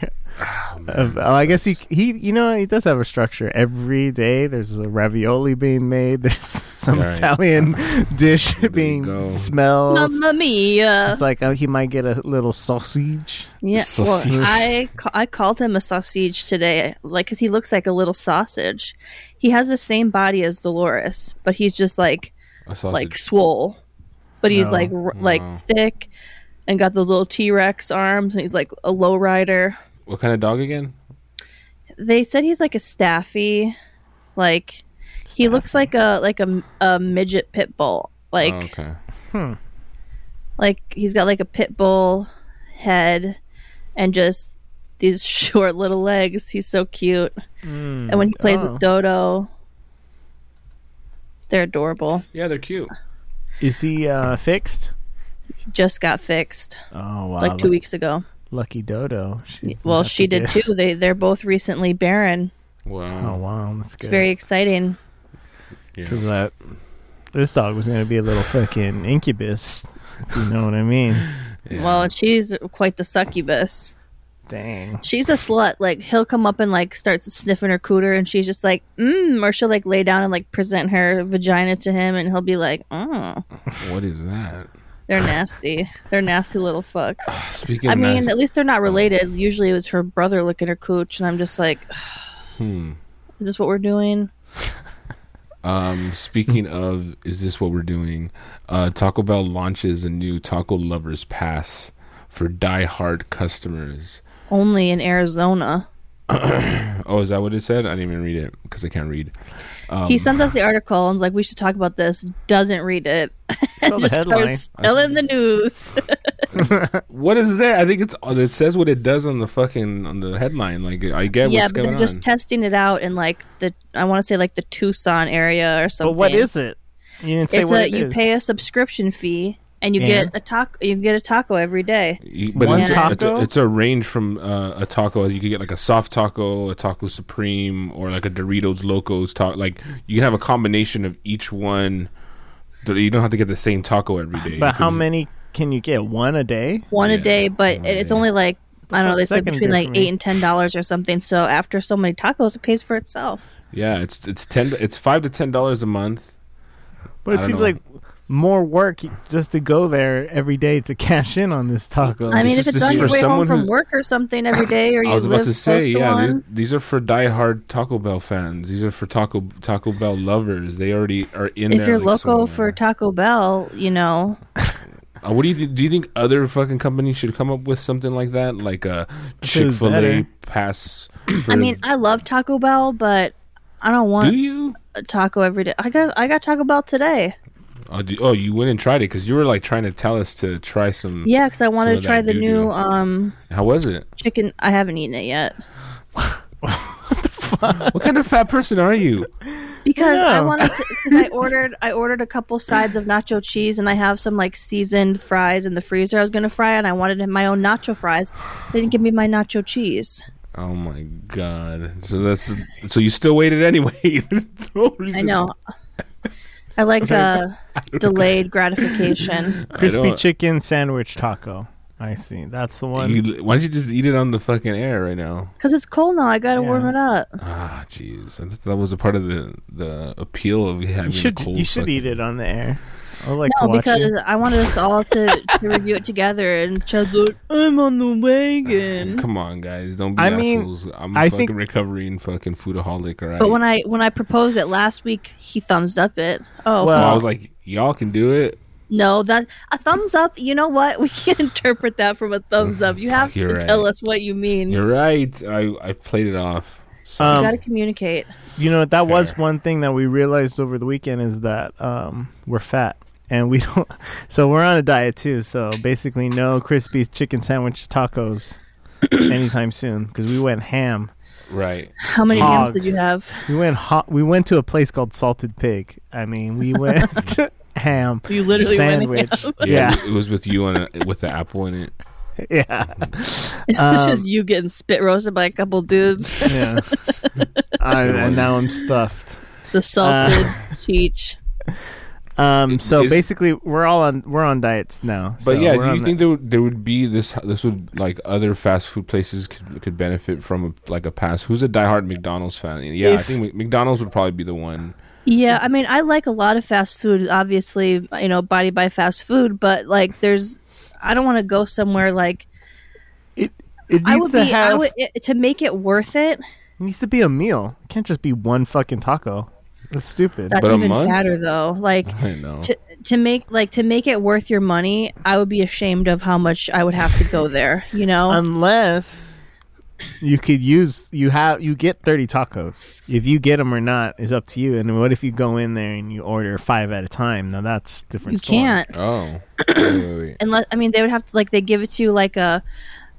S3: of oh, I guess he he you know he does have a structure. Every day there's a ravioli being made. There's some
S2: Yeah, right.
S3: Italian dish
S2: you go.
S3: being smelled.
S1: Mamma mia!
S3: It's like oh, he might get a little sausage.
S1: Yeah, well,
S2: Sausage.
S1: I ca- I called him a sausage today, like because he looks like a little sausage. He has the same body as Dolores, but he's just like
S2: A sausage.
S1: like swole, but he's
S3: No.
S1: like r- like
S2: Wow.
S1: thick, and got those little T Rex arms, and he's like a lowrider.
S2: what kind of dog again?
S1: They said he's like a staffy, like he looks like a like a, a midget pit bull, like
S2: oh, okay.
S1: like he's got like a pit bull head and just these short little legs. He's so cute.
S2: Mm.
S1: And when he plays
S3: Oh.
S1: with Dodo, they're adorable.
S2: Yeah, they're cute.
S3: Is he uh, fixed?
S1: He just got fixed
S3: Oh wow!
S1: like two
S3: lu-
S1: weeks ago.
S3: Lucky Dodo. She doesn't
S1: Well,
S3: have
S1: she
S3: to
S1: did
S3: give-
S1: too. They they're both recently barren.
S3: Oh
S2: Wow.
S3: wow, that's good.
S1: It's very exciting.
S2: Yeah.
S3: 'Cause that this dog was gonna be a little fucking incubus. if You know what I mean?
S2: Yeah.
S1: Well, and she's quite the succubus.
S3: Dang.
S1: She's a slut. Like he'll come up and like starts sniffing her cooter, and she's just like, mm, or she'll like lay down and like present her vagina to him, and he'll be like, oh.
S2: what is that?
S1: They're nasty. They're nasty little fucks.
S2: Speaking.
S1: I
S2: of
S1: mean,
S2: nice-
S1: at least they're
S3: Oh.
S1: not related. Usually it was her brother looking her cooch, and I'm just like,
S2: hmm.
S1: is this what we're doing?
S2: Um, speaking of, is this what we're doing? Uh, Taco Bell launches a new Taco Lovers Pass for die-hard customers.
S1: Only in Arizona.
S2: Oh, is that what it said? I didn't even read it because I can't read.
S3: Um,
S1: he sends us the article and's like, "We should talk about this." Doesn't read it.
S3: Saw the
S1: Just
S3: headline.
S1: starts telling the news.
S2: What is there? I think it's it says what it does on the fucking on the headline. Like I get
S1: yeah,
S2: what's
S1: but
S2: going
S1: they're just
S2: on.
S1: testing it out in like the I want to say like the Tucson area or something.
S3: But what is it? You didn't say
S1: it's
S3: what
S1: a
S3: it
S1: you
S3: is.
S1: pay a subscription fee and you
S3: Yeah.
S1: get a taco. You get a taco every day.
S2: You-
S3: But
S1: one
S2: it's, a- It's,
S3: taco?
S2: a, it's a range from uh, a taco. You could get like a soft taco, a taco supreme, or like a Doritos Locos taco. Like you can have a combination of each one. You don't have to get the same taco every day.
S3: But
S2: You
S3: how
S2: could-
S3: many can you get? One a day?
S1: One a
S2: Yeah,
S1: day, but
S2: one
S1: it,
S2: a
S1: it's
S2: day.
S1: only like I don't know. They
S3: fuck's
S1: said
S3: that gonna
S1: between
S3: do
S1: like
S3: for me?
S1: eight and ten dollars or something. So after so many tacos, it pays for itself.
S2: Yeah, it's it's ten. It's five to ten dollars a month. I
S3: But it
S2: don't
S3: seems
S2: know.
S3: like more work just to go there every day to cash in on this taco.
S1: I
S2: This
S1: mean,
S2: is-
S1: if it's
S2: this
S1: on
S2: is
S1: your
S2: for
S1: way home
S2: someone
S1: from
S2: who-
S1: work or something every day, or you
S2: I was
S1: live
S2: about to say,
S1: close to
S2: yeah, these,
S1: one,
S2: these are for diehard Taco Bell fans. These are for Taco Taco Bell lovers. They already are in
S1: if
S2: there.
S1: you're
S2: like,
S1: local for
S2: somewhere.
S1: Taco Bell, you know,
S2: Uh, what do you do? You think other fucking companies should come up with something like that, like a
S3: it
S2: Chick
S3: was
S2: Fil A
S3: better.
S2: pass? For,
S1: I mean, uh, I love Taco Bell, but I don't want
S2: do you?
S1: a taco every day. I got I got Taco Bell today.
S2: Oh, do, oh, you went and tried it because you were like trying to tell us to try some.
S1: Yeah, because I wanted
S2: Some
S1: to
S2: of
S1: try
S2: that
S1: the
S2: doo-doo.
S1: new um
S2: How was it?
S1: chicken. I haven't eaten it yet
S2: What kind of fat person are you?
S1: because I
S3: No.
S1: wanted to. Because I ordered I ordered a couple sides of nacho cheese and I have some like seasoned fries in the freezer. I was gonna fry and I wanted my own nacho fries. They didn't give me my nacho cheese.
S2: Oh my god! So that's so you still waited anyway. There's no
S1: I
S2: reason-
S1: know. I like uh, delayed gratification.
S2: I
S3: Crispy
S2: don't-
S3: chicken sandwich taco. I see. That's the one.
S2: You, why don't you just eat it on the fucking air right now?
S1: Because it's cold now. I got to
S3: Yeah.
S1: warm it up.
S2: Ah, jeez, I thought that was a part of the the appeal of having
S3: You should
S2: a cold.
S3: you should eat it on the air. I like
S1: No,
S3: to watch
S1: because
S3: it.
S1: I wanted us all to, to review it together. And Chad's like, I'm on the wagon.
S2: Come on, guys, don't be
S3: Mm-hmm. I mean,
S2: assholes. I'm a
S3: I
S2: fucking
S3: think-
S2: recovering fucking foodaholic, all right?
S1: But when I when I proposed it last week, he thumbs up it. Oh
S3: Well-
S2: I was like, y'all can do it.
S1: no, that a thumbs up. You know what? We can't interpret that from a thumbs up. You have to
S2: You're right.
S1: tell us what you mean.
S2: You're right. I I played it off. So,
S1: you
S3: Um,
S1: got to communicate.
S3: You know that was
S2: Fair.
S3: one thing that we realized over the weekend is that um, we're fat and we don't. So we're on a diet too. So basically, no crispy chicken sandwich tacos anytime soon because we went ham.
S2: right.
S1: How many hams
S3: hog.
S1: did you have?
S3: We went hot. We went to a place called Salted Pig. I mean, we went ham
S1: You literally went.
S3: sandwich.
S2: Yeah,
S3: Yeah,
S2: it was with you on a, with the apple in it.
S3: yeah,
S1: It's
S3: Um,
S1: just you getting spit roasted by a couple dudes.
S3: yeah. I,
S2: one.
S3: and now I'm stuffed.
S1: the salted
S2: Uh,
S1: cheech.
S3: Um. So
S2: Is-
S3: basically, we're all on we're on diets now.
S2: But
S3: so
S2: yeah,
S3: we're
S2: do
S3: on
S2: you
S3: the-
S2: think there would, there would be this? This would like other fast food places could, could benefit from like a pass. Who's a diehard McDonald's fan? Yeah, I
S3: If-
S2: think Mc- McDonald's would probably be the one.
S1: Yeah, I mean, I like a lot of fast food. Obviously, you know, body by fast food, but like, there's, I don't want to go somewhere like
S3: it
S1: I
S3: needs
S1: would
S3: to
S1: be.
S3: have
S1: I would it, to make it worth it.
S3: it needs to be a meal? It can't just be one fucking taco. That's stupid.
S1: That's
S2: But a
S1: even
S2: month?
S1: fatter though. Like
S2: I know.
S1: to to make like to make it worth your money, I would be ashamed of how much I would have to go there. You know,
S3: Unless you could use you have you get thirty tacos. If you get them or not is up to you. And what if you go in there and you order five at a time? Now that's different.
S1: you
S3: story.
S1: can't
S2: Oh, wait, wait, wait.
S1: unless I mean they would have to like they give it to you like a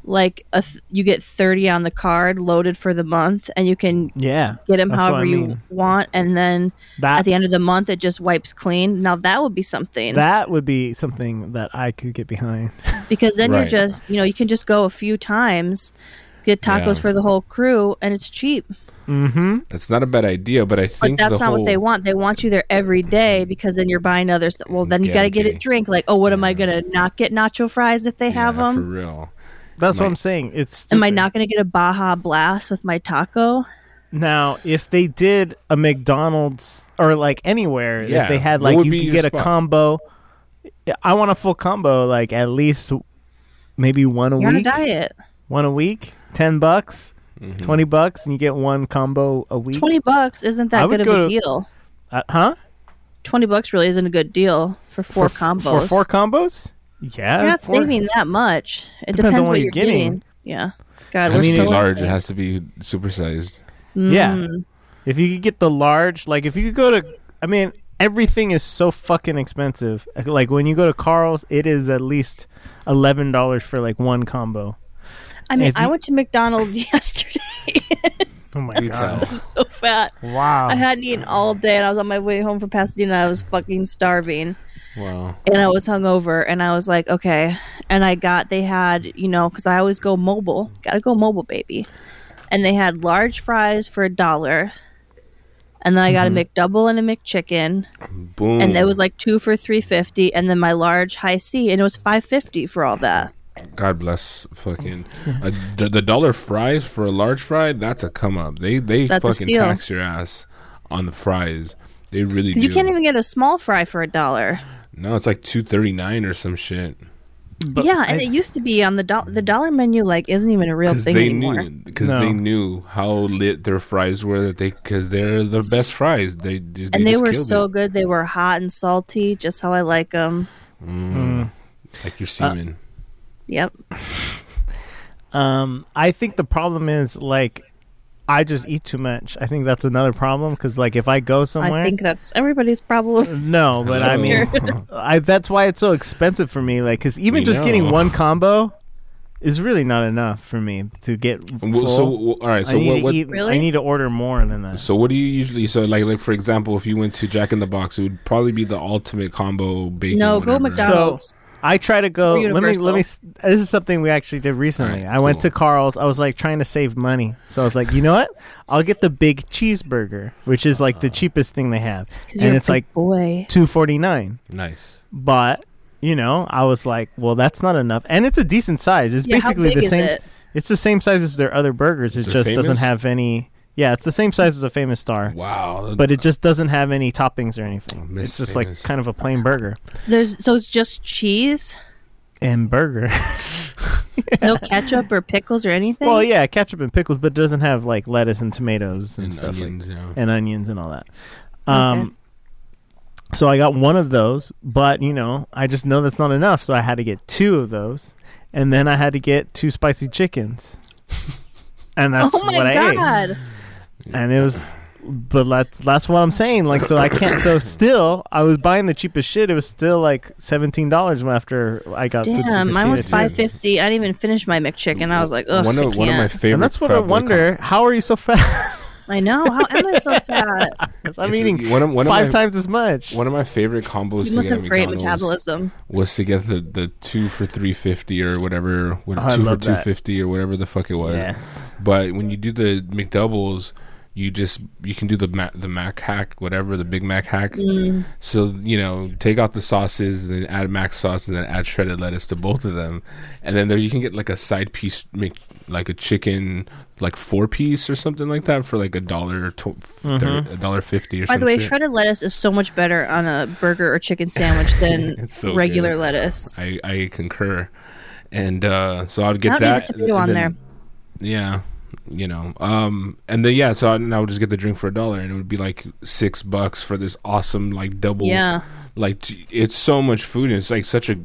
S1: like a th- you get thirty on the card loaded for the month, and you can
S3: Yeah,
S1: get them
S3: That's what I
S1: however you
S3: mean.
S1: want, and then.
S3: that
S1: at the end of the month it just wipes clean now that would be something
S3: that would be something that I could get behind.
S1: because then
S2: Right.
S1: you're just you know you can just go a few times get tacos
S2: Yeah.
S1: for the whole crew and it's cheap
S3: Mm-hmm.
S2: that's not a bad idea, but I
S1: but
S2: think
S1: that's
S2: the
S1: not
S2: whole,
S1: what they want they want you there every day because then you're buying others well then you got to get a
S2: Guarantee.
S1: drink like oh what am i gonna not get nacho fries if they have
S2: Yeah, for
S1: them
S2: real.
S3: That's
S2: Might-
S3: what I'm saying. It's stupid.
S1: am i not gonna get a baja blast with my taco
S3: Now, if they did a McDonald's or like anywhere,
S2: Yeah,
S3: if they had
S2: what
S3: like
S2: would
S3: you
S2: be
S3: could
S2: your
S3: get a
S2: spot?
S3: combo. I want a full combo, like at least maybe one a
S1: you're on a
S3: week.
S1: diet
S3: One a week, ten bucks, twenty bucks, and you get one combo a week.
S1: 20 bucks isn't
S3: I
S1: that
S3: would
S1: good of a
S3: go to-
S1: deal
S3: Uh, huh?
S1: Twenty bucks really isn't a good deal for four
S3: for, f-
S1: combos.
S3: For four combos? Yeah.
S1: You're not
S3: four-
S1: saving that much. It
S3: Depends
S1: depends
S3: on what
S1: what
S3: you're
S1: you're
S3: getting.
S1: getting. Yeah. God,
S2: It
S1: we're
S2: has to
S1: so
S2: be large. It
S1: insane.
S2: has to be supersized.
S3: Yeah.
S1: Mm.
S3: If you could get the large, like if you could go to, I mean, everything is so fucking expensive. Like when you go to Carl's, it is at least eleven dollars for like one combo.
S1: I mean,
S3: If
S1: I
S3: you-
S1: went to McDonald's yesterday.
S3: Oh my
S2: Pizza.
S3: god!
S1: I'm so fat.
S3: Wow.
S1: I hadn't eaten all day, and I was on my way home from Pasadena. and I was fucking starving,
S2: Wow.
S1: and I was hungover, and I was like, okay. And I got they had you know because I always go mobile. Gotta go mobile, baby. And they had large fries for a dollar, and then I got a
S2: Mm-hmm.
S1: McDouble and a McChicken.
S2: Boom.
S1: and it was like two for 350 and then my large high c and it was 550 for all that
S2: God bless fucking a d the dollar fries for a large fry. That's a come up. They they
S1: That's a
S2: fucking
S1: steal.
S2: tax your ass on the fries. They really do.
S1: because you can't even get a small fry for a dollar
S2: No, it's like two thirty nine or some shit.
S3: But
S1: yeah and
S3: I-
S1: it used to be on the dollar the dollar menu like isn't even a real
S2: Because
S1: thing
S2: they
S1: anymore
S2: knew because
S3: No.
S2: they knew how lit their fries were. That they because they're the best fries. They just
S1: and they
S2: just
S1: were
S2: killed
S1: so
S2: it.
S1: good they were hot and salty just how i like them
S2: Mm. like your semen.
S1: yep
S3: Um, I think the problem is like I just eat too much. I think that's another problem because like if I go somewhere,
S1: i think that's everybody's problem
S3: no, but I mean,
S2: Hello.
S3: I that's why it's so expensive for me. Like, because even
S2: We
S3: just getting
S2: know.
S3: one combo is really not enough for me to get
S1: uh,
S3: full.
S2: Well, so well, all right.
S3: I
S2: So
S3: need
S2: what?
S3: to
S2: what
S3: eat-
S1: Really?
S3: I need to order more than that.
S2: so what do you usually? So like like for example, if you went to Jack in the Box, it would probably be the ultimate combo bacon.
S1: no go
S2: whatever.
S1: mcdonald's
S3: I try to go.
S1: Or
S3: Let me. Let me. s-
S1: Universal.
S3: This is something we actually did recently.
S2: Alright,
S3: I went to
S2: cool.
S3: Carl's. I was like trying to save money, so I was like, you know what? I'll get the big cheeseburger, which is
S2: Uh.
S3: like the cheapest thing they have,
S1: because you're
S3: and
S1: a
S3: it's
S1: big
S3: like
S1: boy
S3: two forty nine.
S2: Nice.
S3: But you know, I was like, well, that's not enough, and it's a decent size. It's
S1: yeah,
S3: basically
S1: how big
S3: the
S1: is
S3: same.
S1: it?
S3: It's the same size as their other burgers. It
S2: They're
S3: just doesn't
S2: famous?
S3: have any. Yeah, it's the same size as a famous star,
S2: Wow. Oh,
S3: but it just doesn't have any toppings or anything.
S2: Miss
S3: It's just
S2: Famous.
S3: like kind of a plain burger
S1: There's so it's just cheese,
S3: and burger.
S1: no ketchup or pickles or anything.
S3: well, yeah, ketchup and pickles, but it doesn't have like lettuce and tomatoes and,
S2: and
S3: stuff
S2: onions, yeah.
S3: like and onions and all that. Um, so I got one of those, but you know, I just know that's not enough, so I had to get two of those, and then I had to get two spicy chickens, and that's
S1: oh my
S3: what I ate.
S1: god!
S3: and it was but that's that's what i'm saying like so i can't so still i was buying the cheapest shit it was still like $17 when after i got food from
S1: Damn, mine was
S3: Christina, too.
S1: five fifty. I didn't even finish my McChicken. I was like, ugh,
S2: one
S1: I
S2: of one of my
S1: can't.
S2: favorite.
S3: and that's what i
S2: Fat Boy
S3: wonder how are you so fat
S1: I know. How am I so fat?
S3: 'Cause i'm
S2: It's-
S3: eating
S2: one of- one of
S3: five
S2: my-
S3: times as much
S2: com- one of my favorite combos
S1: You
S2: to
S1: must
S2: get
S1: have
S2: at
S1: great
S2: McDonald's
S1: metabolism.
S2: was to get the, the two for three fifty or whatever, what,
S3: Oh, I
S2: two for
S3: love
S2: two
S3: that.
S2: fifty or whatever the fuck it was.
S3: yes
S2: But when you do the McDoubles, you just you can do the Mac, the Mac hack, whatever the Big Mac hack.
S1: Mm.
S2: So you know, take out the sauces, then add Mac sauce, and then add shredded lettuce to both of them, and then there you can get like a side piece, Mc, like a chicken, like four piece or something like that for like a dollar, tw- thir- a dollar fifty
S1: Mm-hmm.
S2: or
S1: By
S2: some
S1: the way,
S2: shit.
S1: shredded lettuce is so much better on a burger or chicken sandwich than
S2: It's so
S1: regular
S2: good.
S1: lettuce.
S2: I, I concur. And uh, so I'd get
S1: I don't need
S2: that.
S1: the tomato
S2: and
S1: on
S2: then- Yeah. You know. Um and then yeah, so I, and I would just get the drink for a dollar and it would be like six bucks for this awesome like double
S1: Yeah.
S2: like t- it's so much food and it's like such a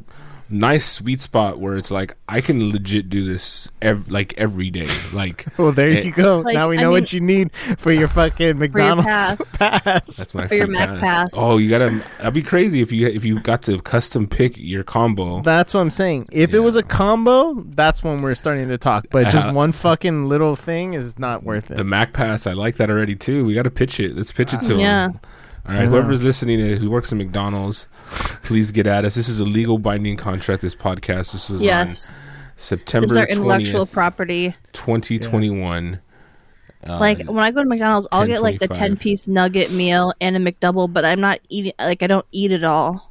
S2: nice sweet spot where it's like I can legit do this ev- like every day. Like
S3: well there
S2: It-
S3: you go
S1: Like,
S3: now we
S1: I
S3: know
S1: mean-
S3: what you need for your fucking mcdonald's
S1: pass.
S3: pass.
S2: that's my
S1: For your
S2: free
S1: Mac Pass.
S2: Oh, you gotta that'd be crazy if you if you got to custom pick your combo.
S3: That's what I'm saying. If it was
S2: Yeah.
S3: a combo, that's when we're starting to talk. But just
S2: Uh,
S3: one fucking little thing is not worth it.
S2: The Mac Pass, I like that already too. We got to pitch it. Let's pitch it to 'em.
S1: Yeah.
S2: All right.
S3: Yeah.
S2: Whoever's listening to who works at McDonald's, please get at us. This is a legal binding contract. This podcast. This was
S1: Yes.
S2: on
S1: This is
S2: September
S1: our intellectual
S2: twentieth,
S1: property.
S2: twenty twenty Um, one.
S1: Like when I go to McDonald's, I'll get like the
S2: 10.25.
S1: ten piece nugget meal and a McDouble, but I'm not eating. Like I don't eat it all.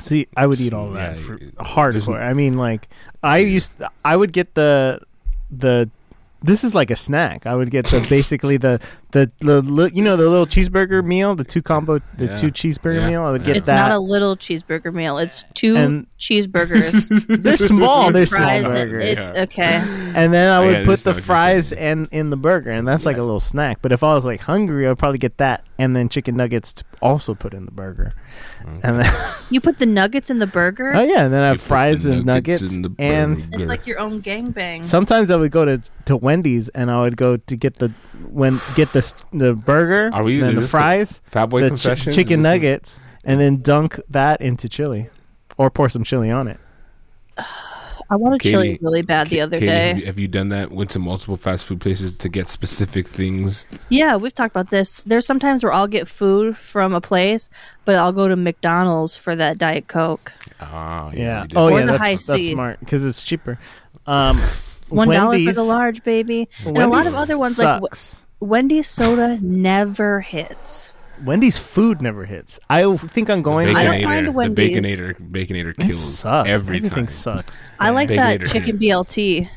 S3: See, I would eat all
S2: Yeah,
S3: that for,
S2: it-
S3: hardcore.
S2: there's-
S3: I mean, like, I used, I would get the, the, this is like a snack. I would get the basically the The, the li- you know the little cheeseburger meal, the two combo, the
S2: Yeah.
S3: two cheeseburger
S2: Yeah.
S3: meal. I would get
S1: It's
S3: that.
S1: not a little cheeseburger meal. It's two
S3: And-
S1: cheeseburgers.
S3: they're small. They're small
S1: fries,
S3: burgers.
S1: It's
S2: Yeah.
S1: okay.
S3: and then I
S2: Oh,
S3: would
S2: yeah,
S3: put
S2: just know
S3: the
S2: what you're
S3: fries and in the burger, and that's like
S2: Yeah.
S3: a little snack. But if I was like hungry, I'd probably get that, and then chicken nuggets to also put in the burger. And then,
S1: You put the nuggets in the burger.
S3: oh yeah, and then I have
S2: put
S3: fries
S2: the
S3: and
S2: nuggets
S3: nuggets,
S2: in the
S3: and
S2: burger.
S1: It's like your own gangbang.
S3: sometimes I would go to, to Wendy's and I would go to get the when get the s- the burger,
S2: Are we-
S3: and then
S2: is
S3: the
S2: this the
S3: fries,
S2: Fat boy
S3: the chi-
S2: confessions.
S3: chicken
S2: Is this-
S3: nuggets, and then dunk that into chili, or pour some chili on it.
S1: I wanted chili
S2: Katie-
S1: really bad the other
S2: Katie,
S1: day.
S2: Have you, have you done that? Went to multiple fast food places to get specific things.
S1: Yeah, we've talked about this. There's sometimes where I'll get food from a place, but I'll go to McDonald's for that Diet Coke.
S2: Ah,
S3: Yeah.
S2: you did.
S3: Oh
S1: Or
S3: yeah,
S1: the high
S3: that's, that's
S1: C.
S3: smart because it's cheaper. Um,
S1: One dollar for
S3: Wendy's-
S1: the large, baby. and a lot of other ones like like
S3: sucks.
S1: Wendy's soda never hits.
S3: Wendy's food never hits. I think I'm going.
S2: The
S1: I don't
S2: Baconator-
S1: mind
S2: The
S1: Wendy's.
S2: Baconator, Baconator
S3: it
S2: kills
S3: sucks.
S2: every
S3: Everything
S2: time.
S3: sucks.
S1: I like that
S2: Baconator
S1: chicken
S2: hits.
S1: BLT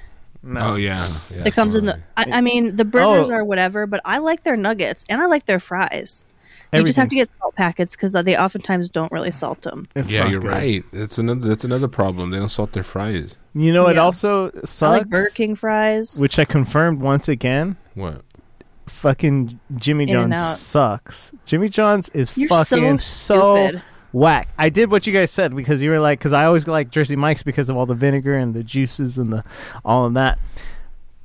S3: No.
S2: Oh yeah, yeah
S1: that comes in the.
S2: totally.
S1: I, I mean, the burgers
S3: Oh.
S1: are whatever, but I like their nuggets and I like their fries. You just have to
S3: Everything's-
S1: get salt packets because they oftentimes don't really salt them.
S3: It's
S2: Yeah,
S3: not
S2: you're
S3: good.
S2: right. That's another. That's another problem. They don't salt their fries.
S3: You know, it
S1: Yeah.
S3: also
S1: I
S3: sucks,
S1: like Burger King fries.
S3: which I confirmed once again.
S2: What?
S3: Fucking Jimmy
S1: In-N-Out.
S3: John's sucks. Jimmy John's is
S1: You're so
S3: fucking
S1: stupid.
S3: whack. I did what you guys said because you were like, because I always like Jersey Mike's because of all the vinegar and the juices and the all of that.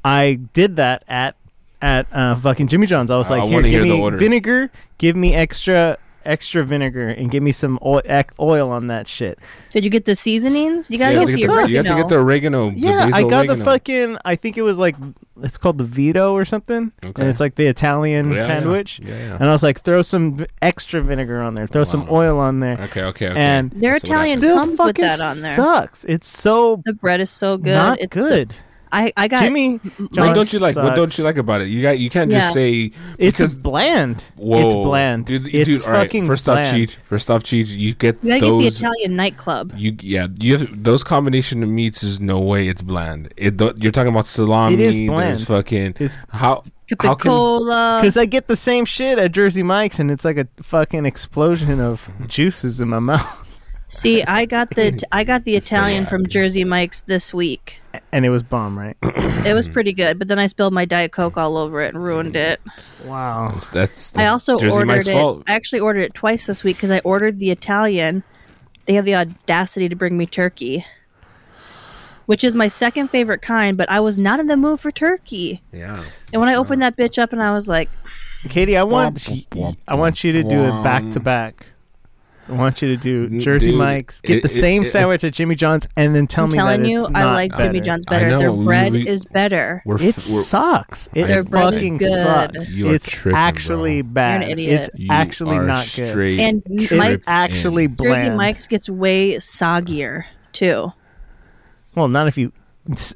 S3: I did that at at uh, fucking Jimmy John's. I was
S2: I
S3: like, here,
S2: wanna
S3: give
S2: hear the
S3: me
S2: order."
S3: vinegar, give me extra extra vinegar, and give me some oil, ec- oil on that shit.
S1: Did you get the seasonings? You
S2: You
S1: gotta
S2: have
S1: get
S2: to
S1: the
S2: get the, you have to
S1: original.
S2: get the oregano. the
S3: Yeah, I
S2: basil
S3: got the
S2: oregano.
S3: fucking. I think it was like it's called the Vito or something,
S2: Okay.
S3: and it's like the Italian
S2: Yeah, yeah.
S3: sandwich.
S2: Yeah, yeah.
S3: And I was like, throw some v- extra vinegar on there, throw some
S2: Wow.
S3: oil on there,
S2: Okay, okay, okay.
S3: and
S1: Their
S2: That's what
S1: Italian
S2: happened.
S3: still
S1: comes with
S3: fucking
S1: that on there.
S3: sucks. It's so
S1: The bread is so good.
S3: not
S1: It's Mm, so-
S3: good.
S1: I, I got
S3: Jimmy,
S2: What
S3: John's
S2: don't you like? What don't
S3: sucks.
S2: you like about it? You got. You can't
S1: Yeah.
S2: just say
S3: It's
S2: because
S3: bland.
S2: Whoa.
S3: It's bland.
S2: Dude,
S3: it's
S2: dude, all right,
S3: fucking
S2: First
S3: bland.
S2: off, cheat. First off, cheat. You get
S1: You gotta get the
S2: those.
S1: Italian nightclub.
S2: you yeah. You have those combination of meats is no way it's bland. It th- you're talking about salami.
S3: It is
S2: there's
S3: bland.
S2: Fucking
S3: It's-
S2: how how can
S1: Capicola.
S3: Because I get the same shit at Jersey Mike's, and it's like a fucking explosion of juices in my mouth.
S1: See, I got the I got the Italian
S2: so
S1: from
S2: happy.
S1: Jersey Mike's this week.
S3: And it was bomb, right?
S1: It
S2: Mm-hmm.
S1: was pretty good, but then I spilled my diet coke all over it and ruined it.
S3: Wow.
S2: that's, that's
S1: I also
S2: Jersey
S1: ordered
S2: Mike's
S1: it.
S2: fault.
S1: I actually ordered it twice this week because I ordered the Italian. They have the audacity to bring me turkey, which is my second favorite kind. But I was not in the mood for turkey,
S2: yeah.
S1: and when I opened that bitch up, and I was like,
S3: Katie, I want I want you to do it back to back. I want you to do Jersey
S2: Dude,
S3: Mike's. Get
S2: it-
S3: the
S2: it-
S3: same
S2: it-
S3: sandwich at Jimmy John's, and then tell
S1: "I'm
S3: me
S1: telling
S3: that
S1: you,
S3: it's
S1: I
S3: not
S1: like Jimmy
S3: better.
S1: John's
S2: I
S1: better. Their
S2: know,
S1: bread
S2: we-
S1: is better."
S2: We're,
S3: It
S2: f- we're,
S3: sucks. It
S2: Their bread is
S3: fucking
S1: good.
S3: sucks.
S2: You are
S3: it's
S2: tripping, bro.
S3: actually bad.
S1: You're an idiot.
S3: It's
S2: you
S3: actually
S2: are
S3: not good.
S2: straight
S1: And
S3: It's
S2: tripping.
S1: Mike's-
S3: actually bland.
S1: Jersey Mike's gets way soggier too.
S3: Well, not if you.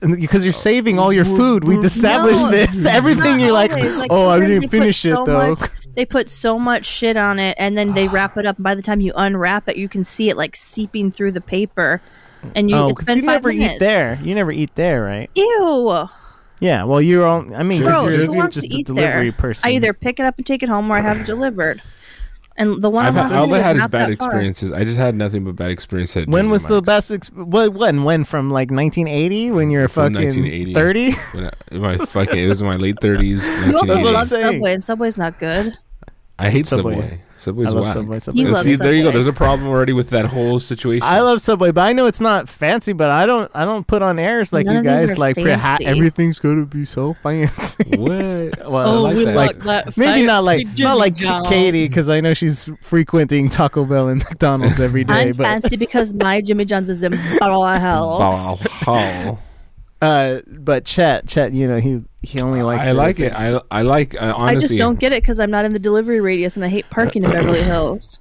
S3: Because you're saving all your food. We established
S1: No,
S3: this. Everything
S1: Not
S3: you're like,
S1: always.
S3: oh, I
S1: sometimes they
S3: didn't
S1: put
S3: finish it
S1: so
S3: though. Oh,
S1: much- they put so much shit on it, and then they wrap it up. And by the time you unwrap it, you can see it like seeping through the paper, and you.
S3: oh,
S1: it's
S3: 'cause
S1: been
S3: you
S1: five
S3: never
S1: minutes.
S3: eat there. You never eat there, right?
S1: Ew,
S3: Yeah. Well, you're all. I mean, 'cause
S1: gross.
S3: you're,
S1: Who
S3: you're
S1: wants
S3: just
S1: to
S3: a
S1: eat
S3: delivery
S1: there?
S3: person.
S1: I either pick it up and take it home, or I have it delivered. And the one
S2: I've
S1: I
S2: had,
S1: want
S2: I only
S1: to
S2: had
S1: is
S2: his
S1: not
S2: bad
S1: that far.
S2: experiences. I just had nothing but bad experiences. at
S3: When
S2: Jersey
S3: was the
S2: Mike's.
S3: best? Ex- what? When? When? From like 1980? When you're
S2: From
S3: fucking
S2: 1980.
S3: 30?
S2: When I, in my fucking, it was in my late thirties.
S1: You also
S3: That's what I'm
S1: love
S3: saying.
S1: Subway, and Subway's not good.
S2: I hate Subway.
S3: Subway.
S2: Subway's
S3: I love
S2: whack.
S3: Subway.
S1: You
S3: Subway.
S2: And
S1: love
S2: See, there you go.
S1: Subway.
S2: There's a problem already with that whole situation.
S3: I love Subway, but I know it's not fancy. But I don't, I don't put on airs like
S1: None
S3: you
S1: of these
S3: guys.
S1: are
S3: Like pre- ha-
S1: fancy.
S3: everything's gonna be so fancy.
S2: what.
S3: well, I like that.
S1: Oh, that.
S3: Maybe not like not like Katie because I know she's frequenting Taco Bell and McDonald's every day.
S1: I'm
S3: but
S1: fancy because my Jimmy John's is in bottle of hell.
S2: Bah, how.
S3: uh, but Chet, Chet, you know he he only likes.
S2: I
S3: it
S2: like it.
S3: if it's-
S2: I, I like uh,
S1: I
S2: honestly.
S1: just don't get it because I'm not in the delivery radius and I hate parking in Beverly Hills.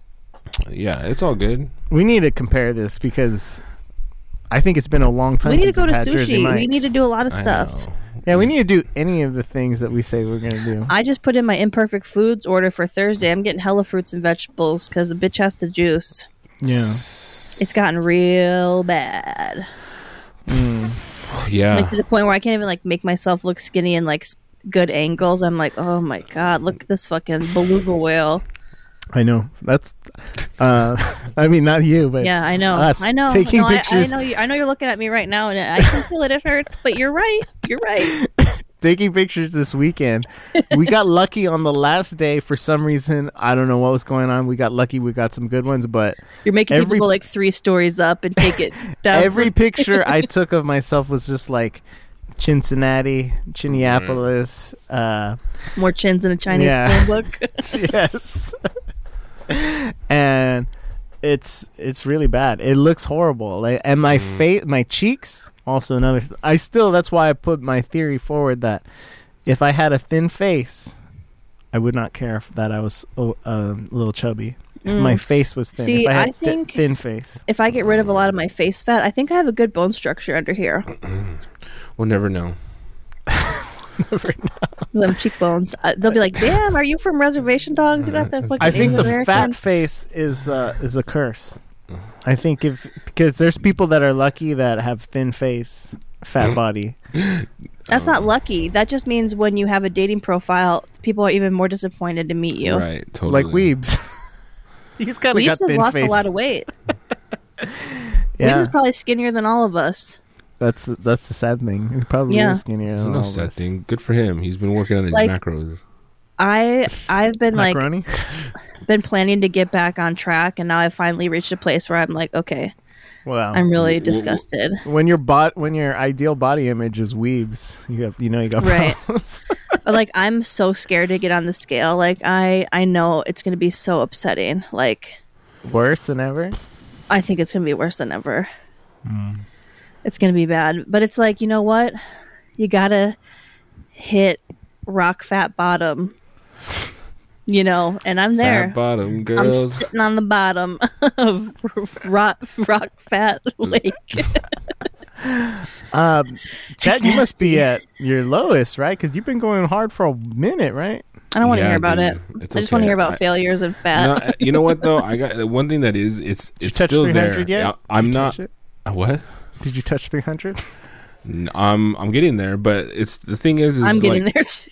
S2: Yeah, it's all good.
S3: we need to compare this because I think it's been a long time.
S1: We need to
S3: since
S1: go to
S3: we've had Jersey
S1: sushi. We
S3: Mike's.
S1: need to do a lot of
S2: I
S1: stuff.
S2: know.
S3: Yeah, we need to do any of the things that we say we're gonna do.
S1: I just put in my imperfect foods order for Thursday. I'm getting hella fruits and vegetables because the bitch has to juice.
S3: Yeah.
S1: It's gotten real bad,
S2: Yeah.
S1: like to the point where I can't even like make myself look skinny and like s- good angles. I'm like, oh my god, look at this fucking beluga whale.
S3: I know. That's. Uh, I mean, not you, but
S1: Yeah, I know.
S3: us
S1: I know.
S3: taking
S1: No, I, I
S3: pictures.
S1: know. You, I know you're looking at me right now, and I can feel it. It hurts, but you're right. You're right.
S3: taking pictures this weekend. we got lucky on the last day for some reason. I don't know what was going on. We got lucky. We got some good ones, but
S1: You're making
S3: Every-
S1: people go like three stories up and take it down.
S3: every picture I took of myself was just like Cincinnati, Minneapolis. Uh,
S1: more chins in a Chinese
S3: Yeah.
S1: phone book.
S3: yes, and it's it's really bad. It looks horrible. Like, and my face, my cheeks, also another. th- I still that's why I put my theory forward that if I had a thin face. I would not care if that I was oh, um, a little chubby. If
S1: Mm.
S3: my face was thin,
S1: See,
S3: if I had
S1: I
S3: thi-
S1: think-
S3: thin face,
S1: if I get rid of a lot of my face fat, I think I have a good bone structure under here.
S2: We'll never know.
S1: Them cheekbones. Uh, they'll be like, "Damn, are you from Reservation Dogs? You got that fucking."
S3: I think the
S1: Asian American?"
S3: fat face is uh, is a curse. I think if because there's people that are lucky that have thin face, fat body.
S1: That's not lucky. That just means when you have a dating profile, people are even more disappointed to meet you.
S2: Right. Totally.
S3: like Weebs. He's kind of
S1: Weebs
S3: got
S1: has
S3: thin
S1: lost
S3: face.
S1: a lot of weight.
S3: yeah,
S1: Weebs is probably skinnier than all of us.
S3: that's the, that's the sad thing. He probably
S1: Yeah.
S3: is skinnier.
S2: There's
S3: than
S2: no
S3: all
S2: sad
S3: of us.
S2: thing. Good for him. He's been working on his
S1: Like-
S2: macros.
S1: I I've been like
S3: Macaroni.
S1: been planning to get back on track, and now I finally reached a place where I'm like, okay,
S3: wow.
S1: I'm really
S2: W- w-
S1: disgusted.
S3: when your bot when your ideal body image is Weebs, you have you know you got
S1: Right.
S3: problems.
S1: But like I'm so scared to get on the scale. Like I I know it's gonna be so upsetting. Like
S3: Worse than ever.
S1: I think it's gonna be worse than ever.
S2: Hmm.
S1: It's gonna be bad. But it's like, you know what? You gotta hit rock fat bottom. You know, and I'm there.
S2: Fat bottom
S1: I'm
S2: girls.
S1: sitting on the bottom of rock, rock fat
S2: Mm.
S1: lake.
S3: Um, Chad, you must be at your lowest, right? Because you've been going hard for a minute, right?
S1: I don't want to
S2: Yeah,
S1: hear about
S2: dude.
S1: it.
S2: It's
S1: I just want
S2: okay.
S1: to hear about
S2: I-
S1: failures and fat.
S2: No, uh, you know what though? I got one thing that is it's
S3: Did you
S2: it's
S3: touch
S2: still there.
S3: 300 yet?
S2: Yeah, I'm
S3: Did you
S2: not.
S3: touch it?
S2: uh, What?
S3: Did you touch 300?
S2: N- I'm I'm getting there, but it's the thing is is
S1: I'm getting
S2: like,
S1: there too.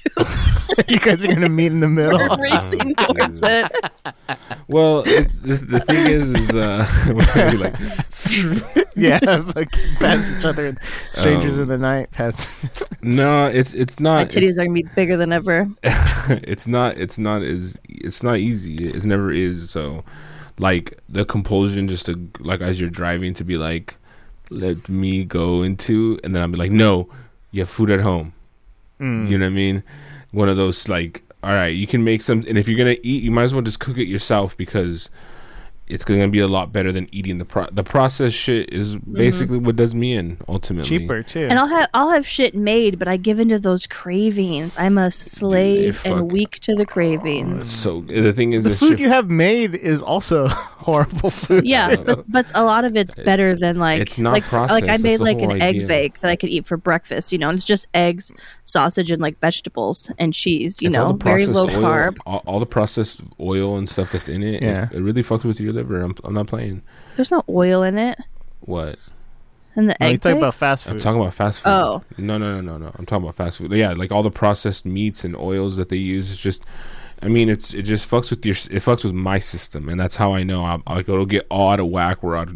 S3: you guys are going to meet in the middle.
S1: I'm racing towards it.
S2: Well, it, the, the thing is is uh, we're gonna be like
S3: yeah, like, pass each other. in- Strangers
S2: Um,
S3: in the night pass.
S2: no, it's it's
S1: My
S2: not.
S1: titties are gonna be bigger than ever.
S2: it's not it's not as it's not easy it never is so like the compulsion just to like as you're driving to be like let me go into and then i'll be like no you have food at home
S3: Mm.
S2: you know what i mean one of those like all right you can make some and if you're gonna eat you might as well just cook it yourself because it's gonna be a lot better than eating the pro the processed shit is basically what does me in ultimately
S3: Mm-hmm. Cheaper, too.
S1: And I'll have I'll have shit made, but I give in to those cravings. I'm a slave
S2: Dude,
S1: and
S2: fuck.
S1: weak to the cravings.
S2: so the thing is
S3: the
S2: it's
S3: food
S2: just-
S3: you have made is also horrible food.
S1: Yeah,
S2: Yeah.
S1: but but a lot of it's better than like
S2: it's not
S1: like
S2: processed,
S1: like I
S2: that's
S1: made
S2: the
S1: like
S2: whole
S1: an egg
S2: idea.
S1: bake that I could eat for breakfast, you know, and it's just eggs, sausage, and like vegetables and cheese, you
S2: It's all
S1: know,
S2: the
S1: very
S2: processed
S1: low
S2: oil,
S1: carb.
S2: All, all the processed oil and stuff that's in it.
S3: Yeah.
S2: It, it really fucks with your liver. I'm, I'm not playing.
S1: There's no oil in it,
S2: What?
S1: and the
S3: No,
S1: egg.
S3: you talk
S1: bake?
S3: about fast
S2: I'm
S3: food.
S2: talking about fast food.
S1: Oh.
S2: No, no, no, no, no. I'm talking about fast food. Yeah, like all the processed meats and oils that they use is just. I mean, it's it just fucks with your it fucks with my system, and that's how I know I'm like it'll get all out of whack where I'd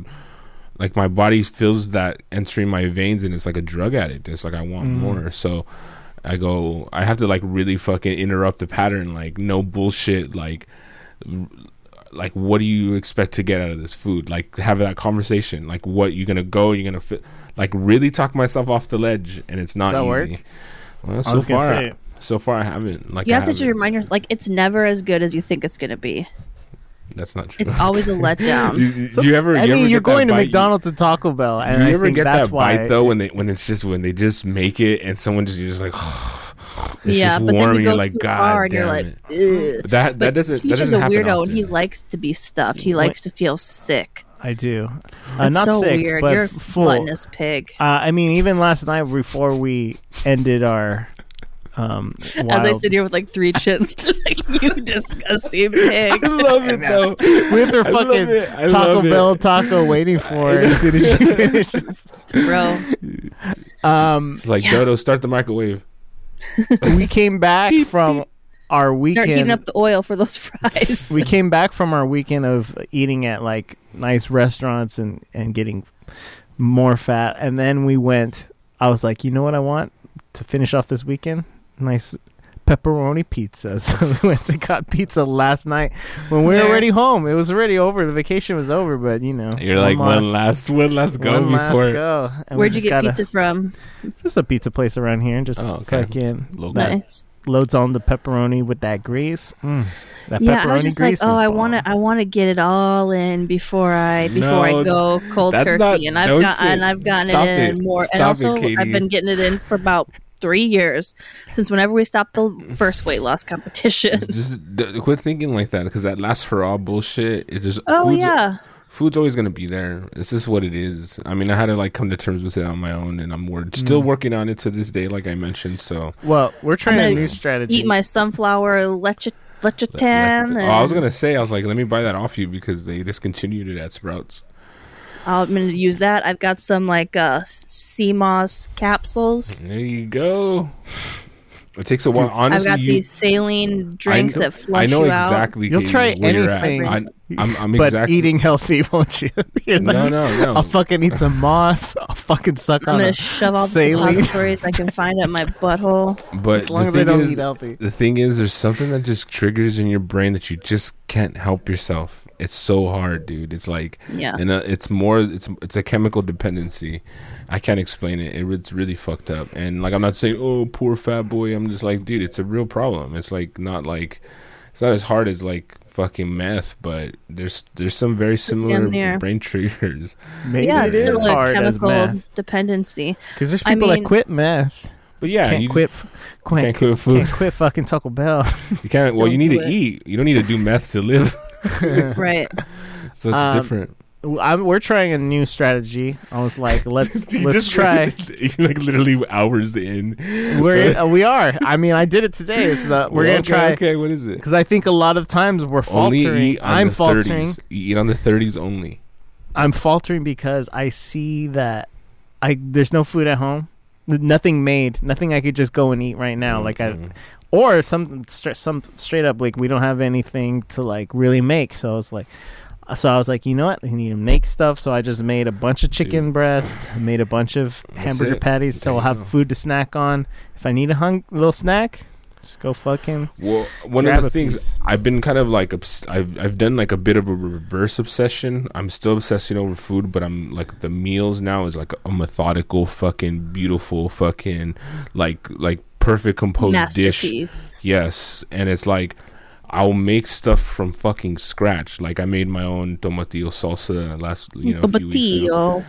S2: like my body feels that entering my veins, and it's like a drug addict. It's like I want more, so I go. I have to like really fucking interrupt the pattern, like no bullshit, like like what do you expect to get out of this food like have that conversation like what you're gonna go you're gonna fit like really talk myself off the ledge and it's not
S3: that
S2: easy
S3: work?
S2: Well,
S3: I
S2: so
S3: was gonna
S2: far
S3: say-
S2: so far i haven't like
S1: you
S2: I
S1: have to just
S2: haven't.
S1: remind yourself, like it's never as good as you think it's gonna be.
S2: that's not true
S1: It's always a
S2: you,
S1: letdown.
S2: you- do you ever
S3: I
S2: you
S3: mean,
S2: ever
S3: you're
S2: get that
S3: going to
S2: bite?
S3: McDonald's and Taco Bell,
S2: you,
S3: and
S2: you
S3: I
S2: ever
S3: think
S2: get
S3: that's
S2: that
S3: why.
S2: bite though when they when it's just when they just make it and someone just you're just like it's
S1: yeah,
S2: just
S1: but
S2: warm
S1: then
S2: and
S1: you go
S2: you're like
S1: too far and
S2: god
S1: you're
S2: damn
S1: like,
S2: it
S1: Ugh.
S2: But that that doesn't that
S1: Teacher's
S2: doesn't
S1: a
S2: happen
S1: weirdo
S2: often.
S1: and he likes to be stuffed. He likes to feel sick.
S3: I do. Uh,
S1: That's
S3: not
S1: so
S3: sick,
S1: weird.
S3: but
S1: You're a
S3: full.
S1: gluttonous pig.
S3: Uh, I mean, even last night before we ended our um, wild,
S1: As I sit here with like three chins, like, you disgusting pig.
S2: I love it though.
S3: with her
S2: I love
S3: fucking
S2: it. I
S3: Taco
S2: love it.
S3: Bell taco waiting for her as soon as she finishes.
S1: Bro,
S3: Um,
S2: It's like Dodo, start the microwave.
S3: we came back from our
S1: Start heating up
S3: weekend.
S1: the oil for those fries.
S3: We came back from our weekend of eating at like nice restaurants and and getting more fat, and then we went. I was like, you know what I want to finish off this weekend? Nice pepperoni pizza. So we went to got pizza last night when we were
S1: There.
S3: already home. It was already over. The vacation was over, but you know,
S2: You're like one
S3: almost.
S2: last, one last go
S3: One last
S2: before
S3: go. And we
S1: Where'd you
S3: just
S1: get
S3: gotta-
S1: pizza from?
S3: Just a pizza place around here. Just
S2: Oh, okay.
S3: fucking
S2: Local.
S3: that
S1: Nice.
S3: loads on the pepperoni with that grease. Mm, that
S1: Yeah, I
S3: pepperoni
S1: was just like,
S3: grease.
S1: oh,
S3: is
S1: I
S3: bomb.
S1: want to, I want to get it all in before I, before
S2: No,
S1: I go cold
S2: that's
S1: turkey,
S2: not-
S1: and I've
S2: don't
S1: got,
S2: say-
S1: and I've gotten
S2: stop
S1: it in
S2: it.
S1: more, and
S2: Stop it,
S1: also I've
S2: Katie.
S1: been getting it in for about three years since whenever we stopped the first weight loss competition.
S2: Just d- quit thinking like that because that lasts for all bullshit. It just
S1: Oh
S2: food's-
S1: yeah,
S2: food's always gonna be there. It's just what it is. I mean, I had to like come to terms with it on my own, and I'm wor-
S1: Mm.
S2: still working on it to this day, like I mentioned. So
S3: Well, we're trying a
S1: gonna
S3: new strategy.
S1: eat my sunflower leche, lechetan. and
S2: Oh, I was gonna say, I was like, let me buy that off you because they discontinued it at Sprouts.
S1: I'm gonna use that. I've got some like uh sea moss capsules.
S2: There you go. It takes a while. Honestly,
S1: I've got
S2: you,
S1: these saline drinks
S2: I know,
S1: that flush
S2: I know
S1: you out.
S2: exactly.
S3: You'll
S2: Katie,
S3: try
S2: where you're at.
S3: anything,
S2: I, I'm, I'm
S3: but
S2: exactly
S3: eating healthy, won't you? You're
S2: No,
S3: like,
S2: no, no.
S3: I'll fucking eat some moss. I'll fucking suck
S1: I'm
S3: on
S1: gonna
S3: a
S1: shove all the
S3: saline.
S1: suppositories I can find at my butthole.
S2: But
S3: As long
S2: the
S3: as I
S2: thing
S3: don't
S2: is-
S3: eat healthy.
S2: The thing is, there's something that just triggers in your brain that you just can't help yourself. It's so hard, dude. It's like,
S1: Yeah.
S2: and uh, it's more. It's it's a chemical dependency. I can't explain it. it. It's really fucked up. And like, I'm not saying, oh, poor fat boy. I'm just like, dude, it's a real problem. It's like not like, it's not as hard as like fucking meth, but there's there's some very similar
S1: near.
S2: brain triggers.
S3: Maybe
S1: yeah,
S3: it
S1: it's
S3: is
S1: still a
S3: hard as
S1: chemical
S3: meth.
S1: dependency.
S3: Because there's
S1: I
S3: people
S1: mean-
S3: that quit meth.
S2: But yeah,
S3: can't
S2: you,
S3: quit. f- Quit.
S2: can't quit food.
S3: Can't quit fucking Taco Bell.
S2: You can't. Well,
S1: Don't
S2: you need
S1: do
S2: to
S1: it.
S2: eat. You don't need to do meth to live.
S1: Right.
S2: So it's
S3: Um,
S2: different.
S3: I'm, we're trying a new strategy. I was like, let's
S2: You
S3: let's
S2: just-
S3: try.
S2: You're like literally hours in.
S3: We're uh, we are. I mean, I did it today. It's the we're gonna
S2: Okay,
S3: try
S2: Okay, what is it?
S3: because I think a lot of times we're faltering.
S2: Only eat on
S3: I'm
S2: the
S3: faltering.
S2: 30s. You eat on the 30s only.
S3: I'm faltering because I see that I there's no food at home, N- nothing made, nothing I could just go and eat right now. Like I,
S2: Mhm.
S3: or some stra- some straight up like we don't have anything to like really make. So I was like. uh, So I was like, you know what? I need to make stuff. So I just made a bunch of chicken breasts, I made a bunch of hamburger
S2: it.
S3: patties.
S2: There
S3: So I'll
S2: you
S3: have
S2: go.
S3: food to snack on. If I need a hung- little snack, just go fucking
S2: Well, one
S3: Grab
S2: of the
S3: a
S2: things
S3: piece.
S2: I've been kind of like obs- I've I've done like a bit of a reverse obsession. I'm still obsessing over food, but I'm like the meals now is like a methodical fucking beautiful fucking like like perfect composed dish.
S1: Masterpiece.
S2: Yes, and it's like I'll make stuff from fucking scratch. Like I made my own tomatillo salsa last you know a few weeks ago.
S1: Tomatillo.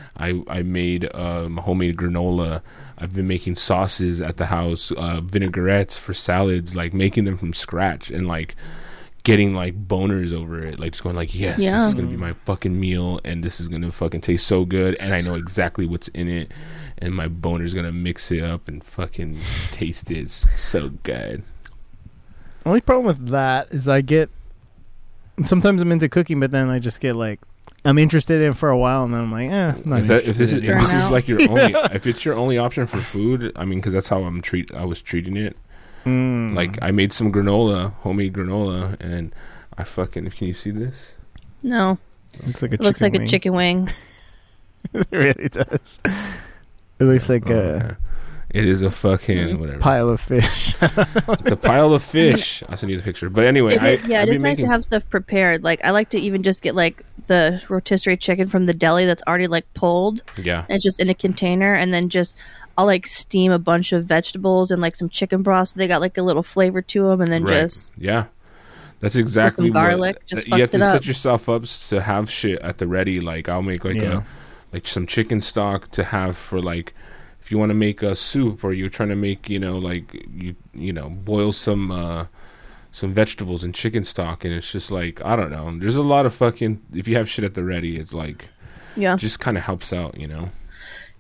S2: I I made um, homemade granola. I've been making sauces at the house, uh, vinaigrettes for salads, like making them from scratch and like getting like boners over it, like just going like, yes, this is
S1: Yeah.
S2: gonna be my fucking meal, and this is gonna fucking taste so good, and I know exactly what's in it, and my boner's gonna mix it up and fucking taste it. It's so good.
S3: Only problem with that is I get sometimes I'm into cooking, but then I just get like I'm interested in it for a while, and then I'm like, eh, I'm not
S2: if that, if
S3: interested
S2: this, is, if
S3: in it.
S2: this is
S1: Burnout.
S2: like your only, if it's your only option for food, I mean, because that's how I'm treat, I was treating it.
S3: Mm.
S2: Like I made some granola, homemade granola, and I fucking can you see this?
S1: No,
S3: looks like a
S1: it looks like a
S3: wing.
S1: chicken wing.
S3: it really does. It looks like
S2: Oh,
S3: a
S2: okay. it is a
S3: Mm-hmm.
S2: fucking whatever.
S3: pile of fish.
S2: It's a pile of fish. I sent you the picture, but anyway,
S1: It
S2: I,
S1: is- yeah,
S2: I've
S1: it is
S2: been
S1: nice to
S2: making-
S1: have stuff prepared. Like I like to even just get like the rotisserie chicken from the deli that's already like pulled
S2: Yeah,
S1: and it's just in a container, and then just I'll like steam a bunch of vegetables and like some chicken broth, so they got like a little flavor to them, and then
S2: right.
S1: just
S2: yeah. That's exactly what-
S1: garlic, just
S2: you have
S1: fucks
S2: to
S1: it
S2: set
S1: up.
S2: yourself up s- to have shit at the ready. Like I'll make like
S3: Yeah.
S2: a like some chicken stock to have for like if you want to make a soup or you're trying to make you know like you you know boil some uh some vegetables and chicken stock and it's just like I don't know. There's a lot of fucking if you have shit at the ready, it's like
S1: yeah.
S2: just kind of helps out, you know.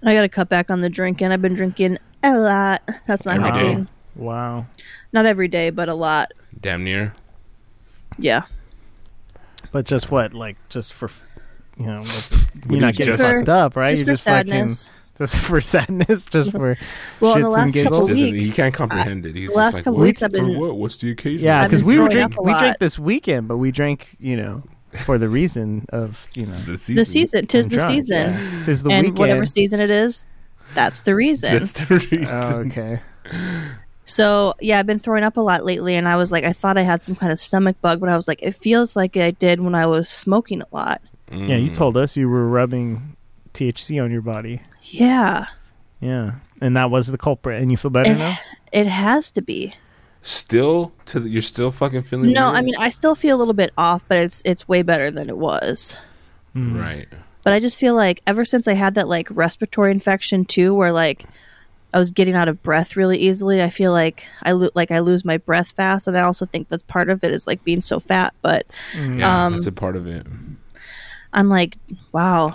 S1: And I got to cut back on the drinking. I've been drinking a lot. That's not
S2: Every day.
S1: helping.
S3: wow.
S1: Not every day, but a lot.
S2: Damn near.
S1: Yeah.
S3: But just what? Like just for, f- you know, what's it-
S2: do
S3: you're not getting
S2: just-
S3: fucked up, right?
S1: just
S3: you're
S1: for
S3: just
S1: sadness.
S3: fucking just for sadness, just for
S1: Well, in the
S3: shits and
S1: last couple
S3: giggles.
S2: Doesn't-
S1: weeks,
S2: he can't comprehend it. He's
S1: the last
S2: just like,
S1: couple
S2: "What?
S1: weeks I've
S2: For
S1: been-
S2: what? What's the occasion?
S3: Yeah,
S1: I've
S3: because
S1: been
S3: we were
S1: throwing
S3: drink
S1: up a
S3: we drank
S1: lot.
S3: this weekend, but we drank you know for the reason of you know
S2: the season.
S1: the season, tis
S3: I'm
S1: the
S3: drunk,
S1: season,
S3: yeah. Tis the
S1: and
S3: weekend.
S1: whatever season it is, that's the reason.
S2: That's the reason.
S3: Oh, okay.
S1: So yeah, I've been throwing up a lot lately, and I was like, I thought I had some kind of stomach bug, but I was like, it feels like I did when I was smoking a lot.
S3: Yeah, you told us you were rubbing THC on your body.
S1: Yeah,
S3: Yeah, and that was the culprit. And you feel better
S1: And-
S3: now?
S1: it has to be.
S2: Still to the, you're still fucking feeling.
S1: No,
S2: weird?
S1: I mean, I still feel a little bit off, but it's it's way better than it was.
S2: right.
S1: But I just feel like ever since I had that like respiratory infection too, where like I was getting out of breath really easily, I feel like I lo- like I lose my breath fast, and I also think that's part of it is like being so fat. But
S3: Mm.
S2: Yeah,
S1: Um,
S2: that's a part of it.
S1: I'm like, wow,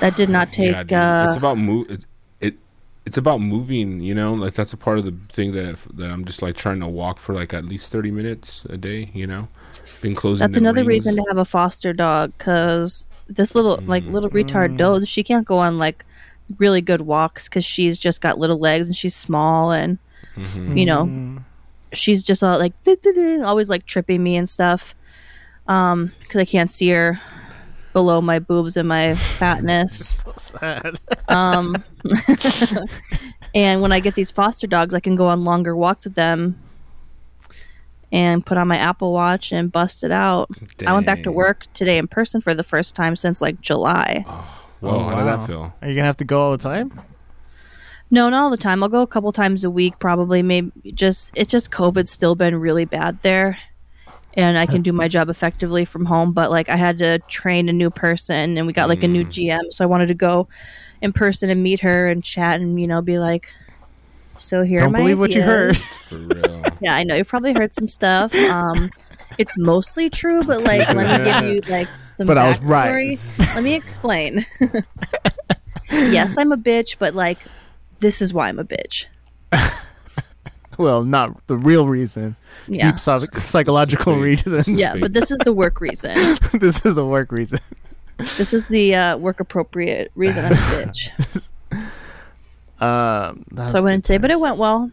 S1: that did not take.
S2: yeah, dude.
S1: uh,
S2: it's about move. It, it it's about moving. You know, like that's a part of the thing that if, that I'm just like trying to walk for like at least thirty minutes a day. You know, been closing.
S1: That's
S2: them
S1: another
S2: rings.
S1: reason to have a foster dog because this little like little
S3: Mm.
S1: retard doge, she can't go on like really good walks because she's just got little legs and she's small and you know
S3: Mm.
S1: she's just all like "Duh, duh, duh," always like tripping me and stuff um because I can't see her below my boobs and my fatness
S3: Sad.
S1: um and when I get these foster dogs I can go on longer walks with them and put on my Apple Watch and bust it out. I went back to
S2: Dang.
S1: work today in person for the first time since like July.
S2: Whoa,
S3: Oh,
S2: how did
S3: wow.
S2: that feel?
S3: Are you gonna have to go all the time?
S1: No, not all the time. I'll go a couple times a week, probably. Maybe just it's just COVID's still been really bad there, and I can do my job effectively from home. But like I had to train a new person, and we got like a new
S3: Mm.
S1: GM, so I wanted to go in person and meet her and chat, and you know, be like, so here.
S3: Don't
S1: are my
S3: believe what you heard.
S1: ideas."
S2: For real.
S1: Yeah, I know you've probably heard some stuff. Um, it's mostly true, but like let me give you like some.
S3: But I was
S1: backstory. Let me explain. yes, I'm a bitch, but like this is why I'm a bitch.
S3: well, not the real reason.
S1: Yeah,
S3: Deep psych- psychological
S2: Just fake.
S3: reasons.
S1: yeah, but this is the work reason.
S3: this is the work reason.
S1: This is the uh, work appropriate reason I'm a bitch.
S3: Um,
S1: so I wouldn't say, but it went well.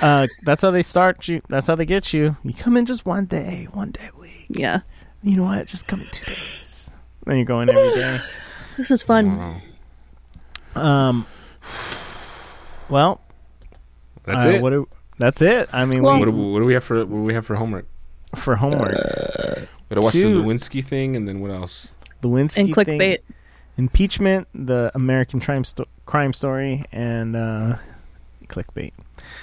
S3: Uh, that's how they start you. That's how they get you. You come in just one day, one day a week.
S1: Yeah,
S3: You know what? Just come in two days. Then you're going every day.
S1: this is fun.
S2: Wow.
S3: Um. Well,
S2: That's
S3: uh,
S2: it.
S3: What do, that's it. I mean,
S1: Well-
S2: what, do,
S3: we,
S2: we- Uh, what do we have for what do we have for homework?
S3: for homework,
S2: We gotta watch the
S3: Two.
S2: Lewinsky thing, and then what else?
S3: Lewinsky
S1: And
S3: thing,
S1: clickbait.
S3: impeachment, the American crime, sto- crime story, and uh, clickbait.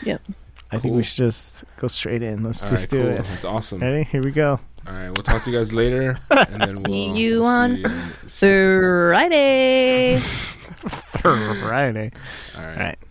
S1: Yep.
S3: I think
S2: Cool.
S3: we should just go straight in. Let's
S2: All right,
S3: just do
S2: cool.
S3: it.
S2: That's awesome.
S3: Ready? Here we go.
S2: All right, we'll talk to you guys later. And then
S1: See
S2: we'll,
S1: you
S2: we'll
S1: on
S2: see you-
S1: Friday.
S3: Friday.
S2: All right.
S3: All right.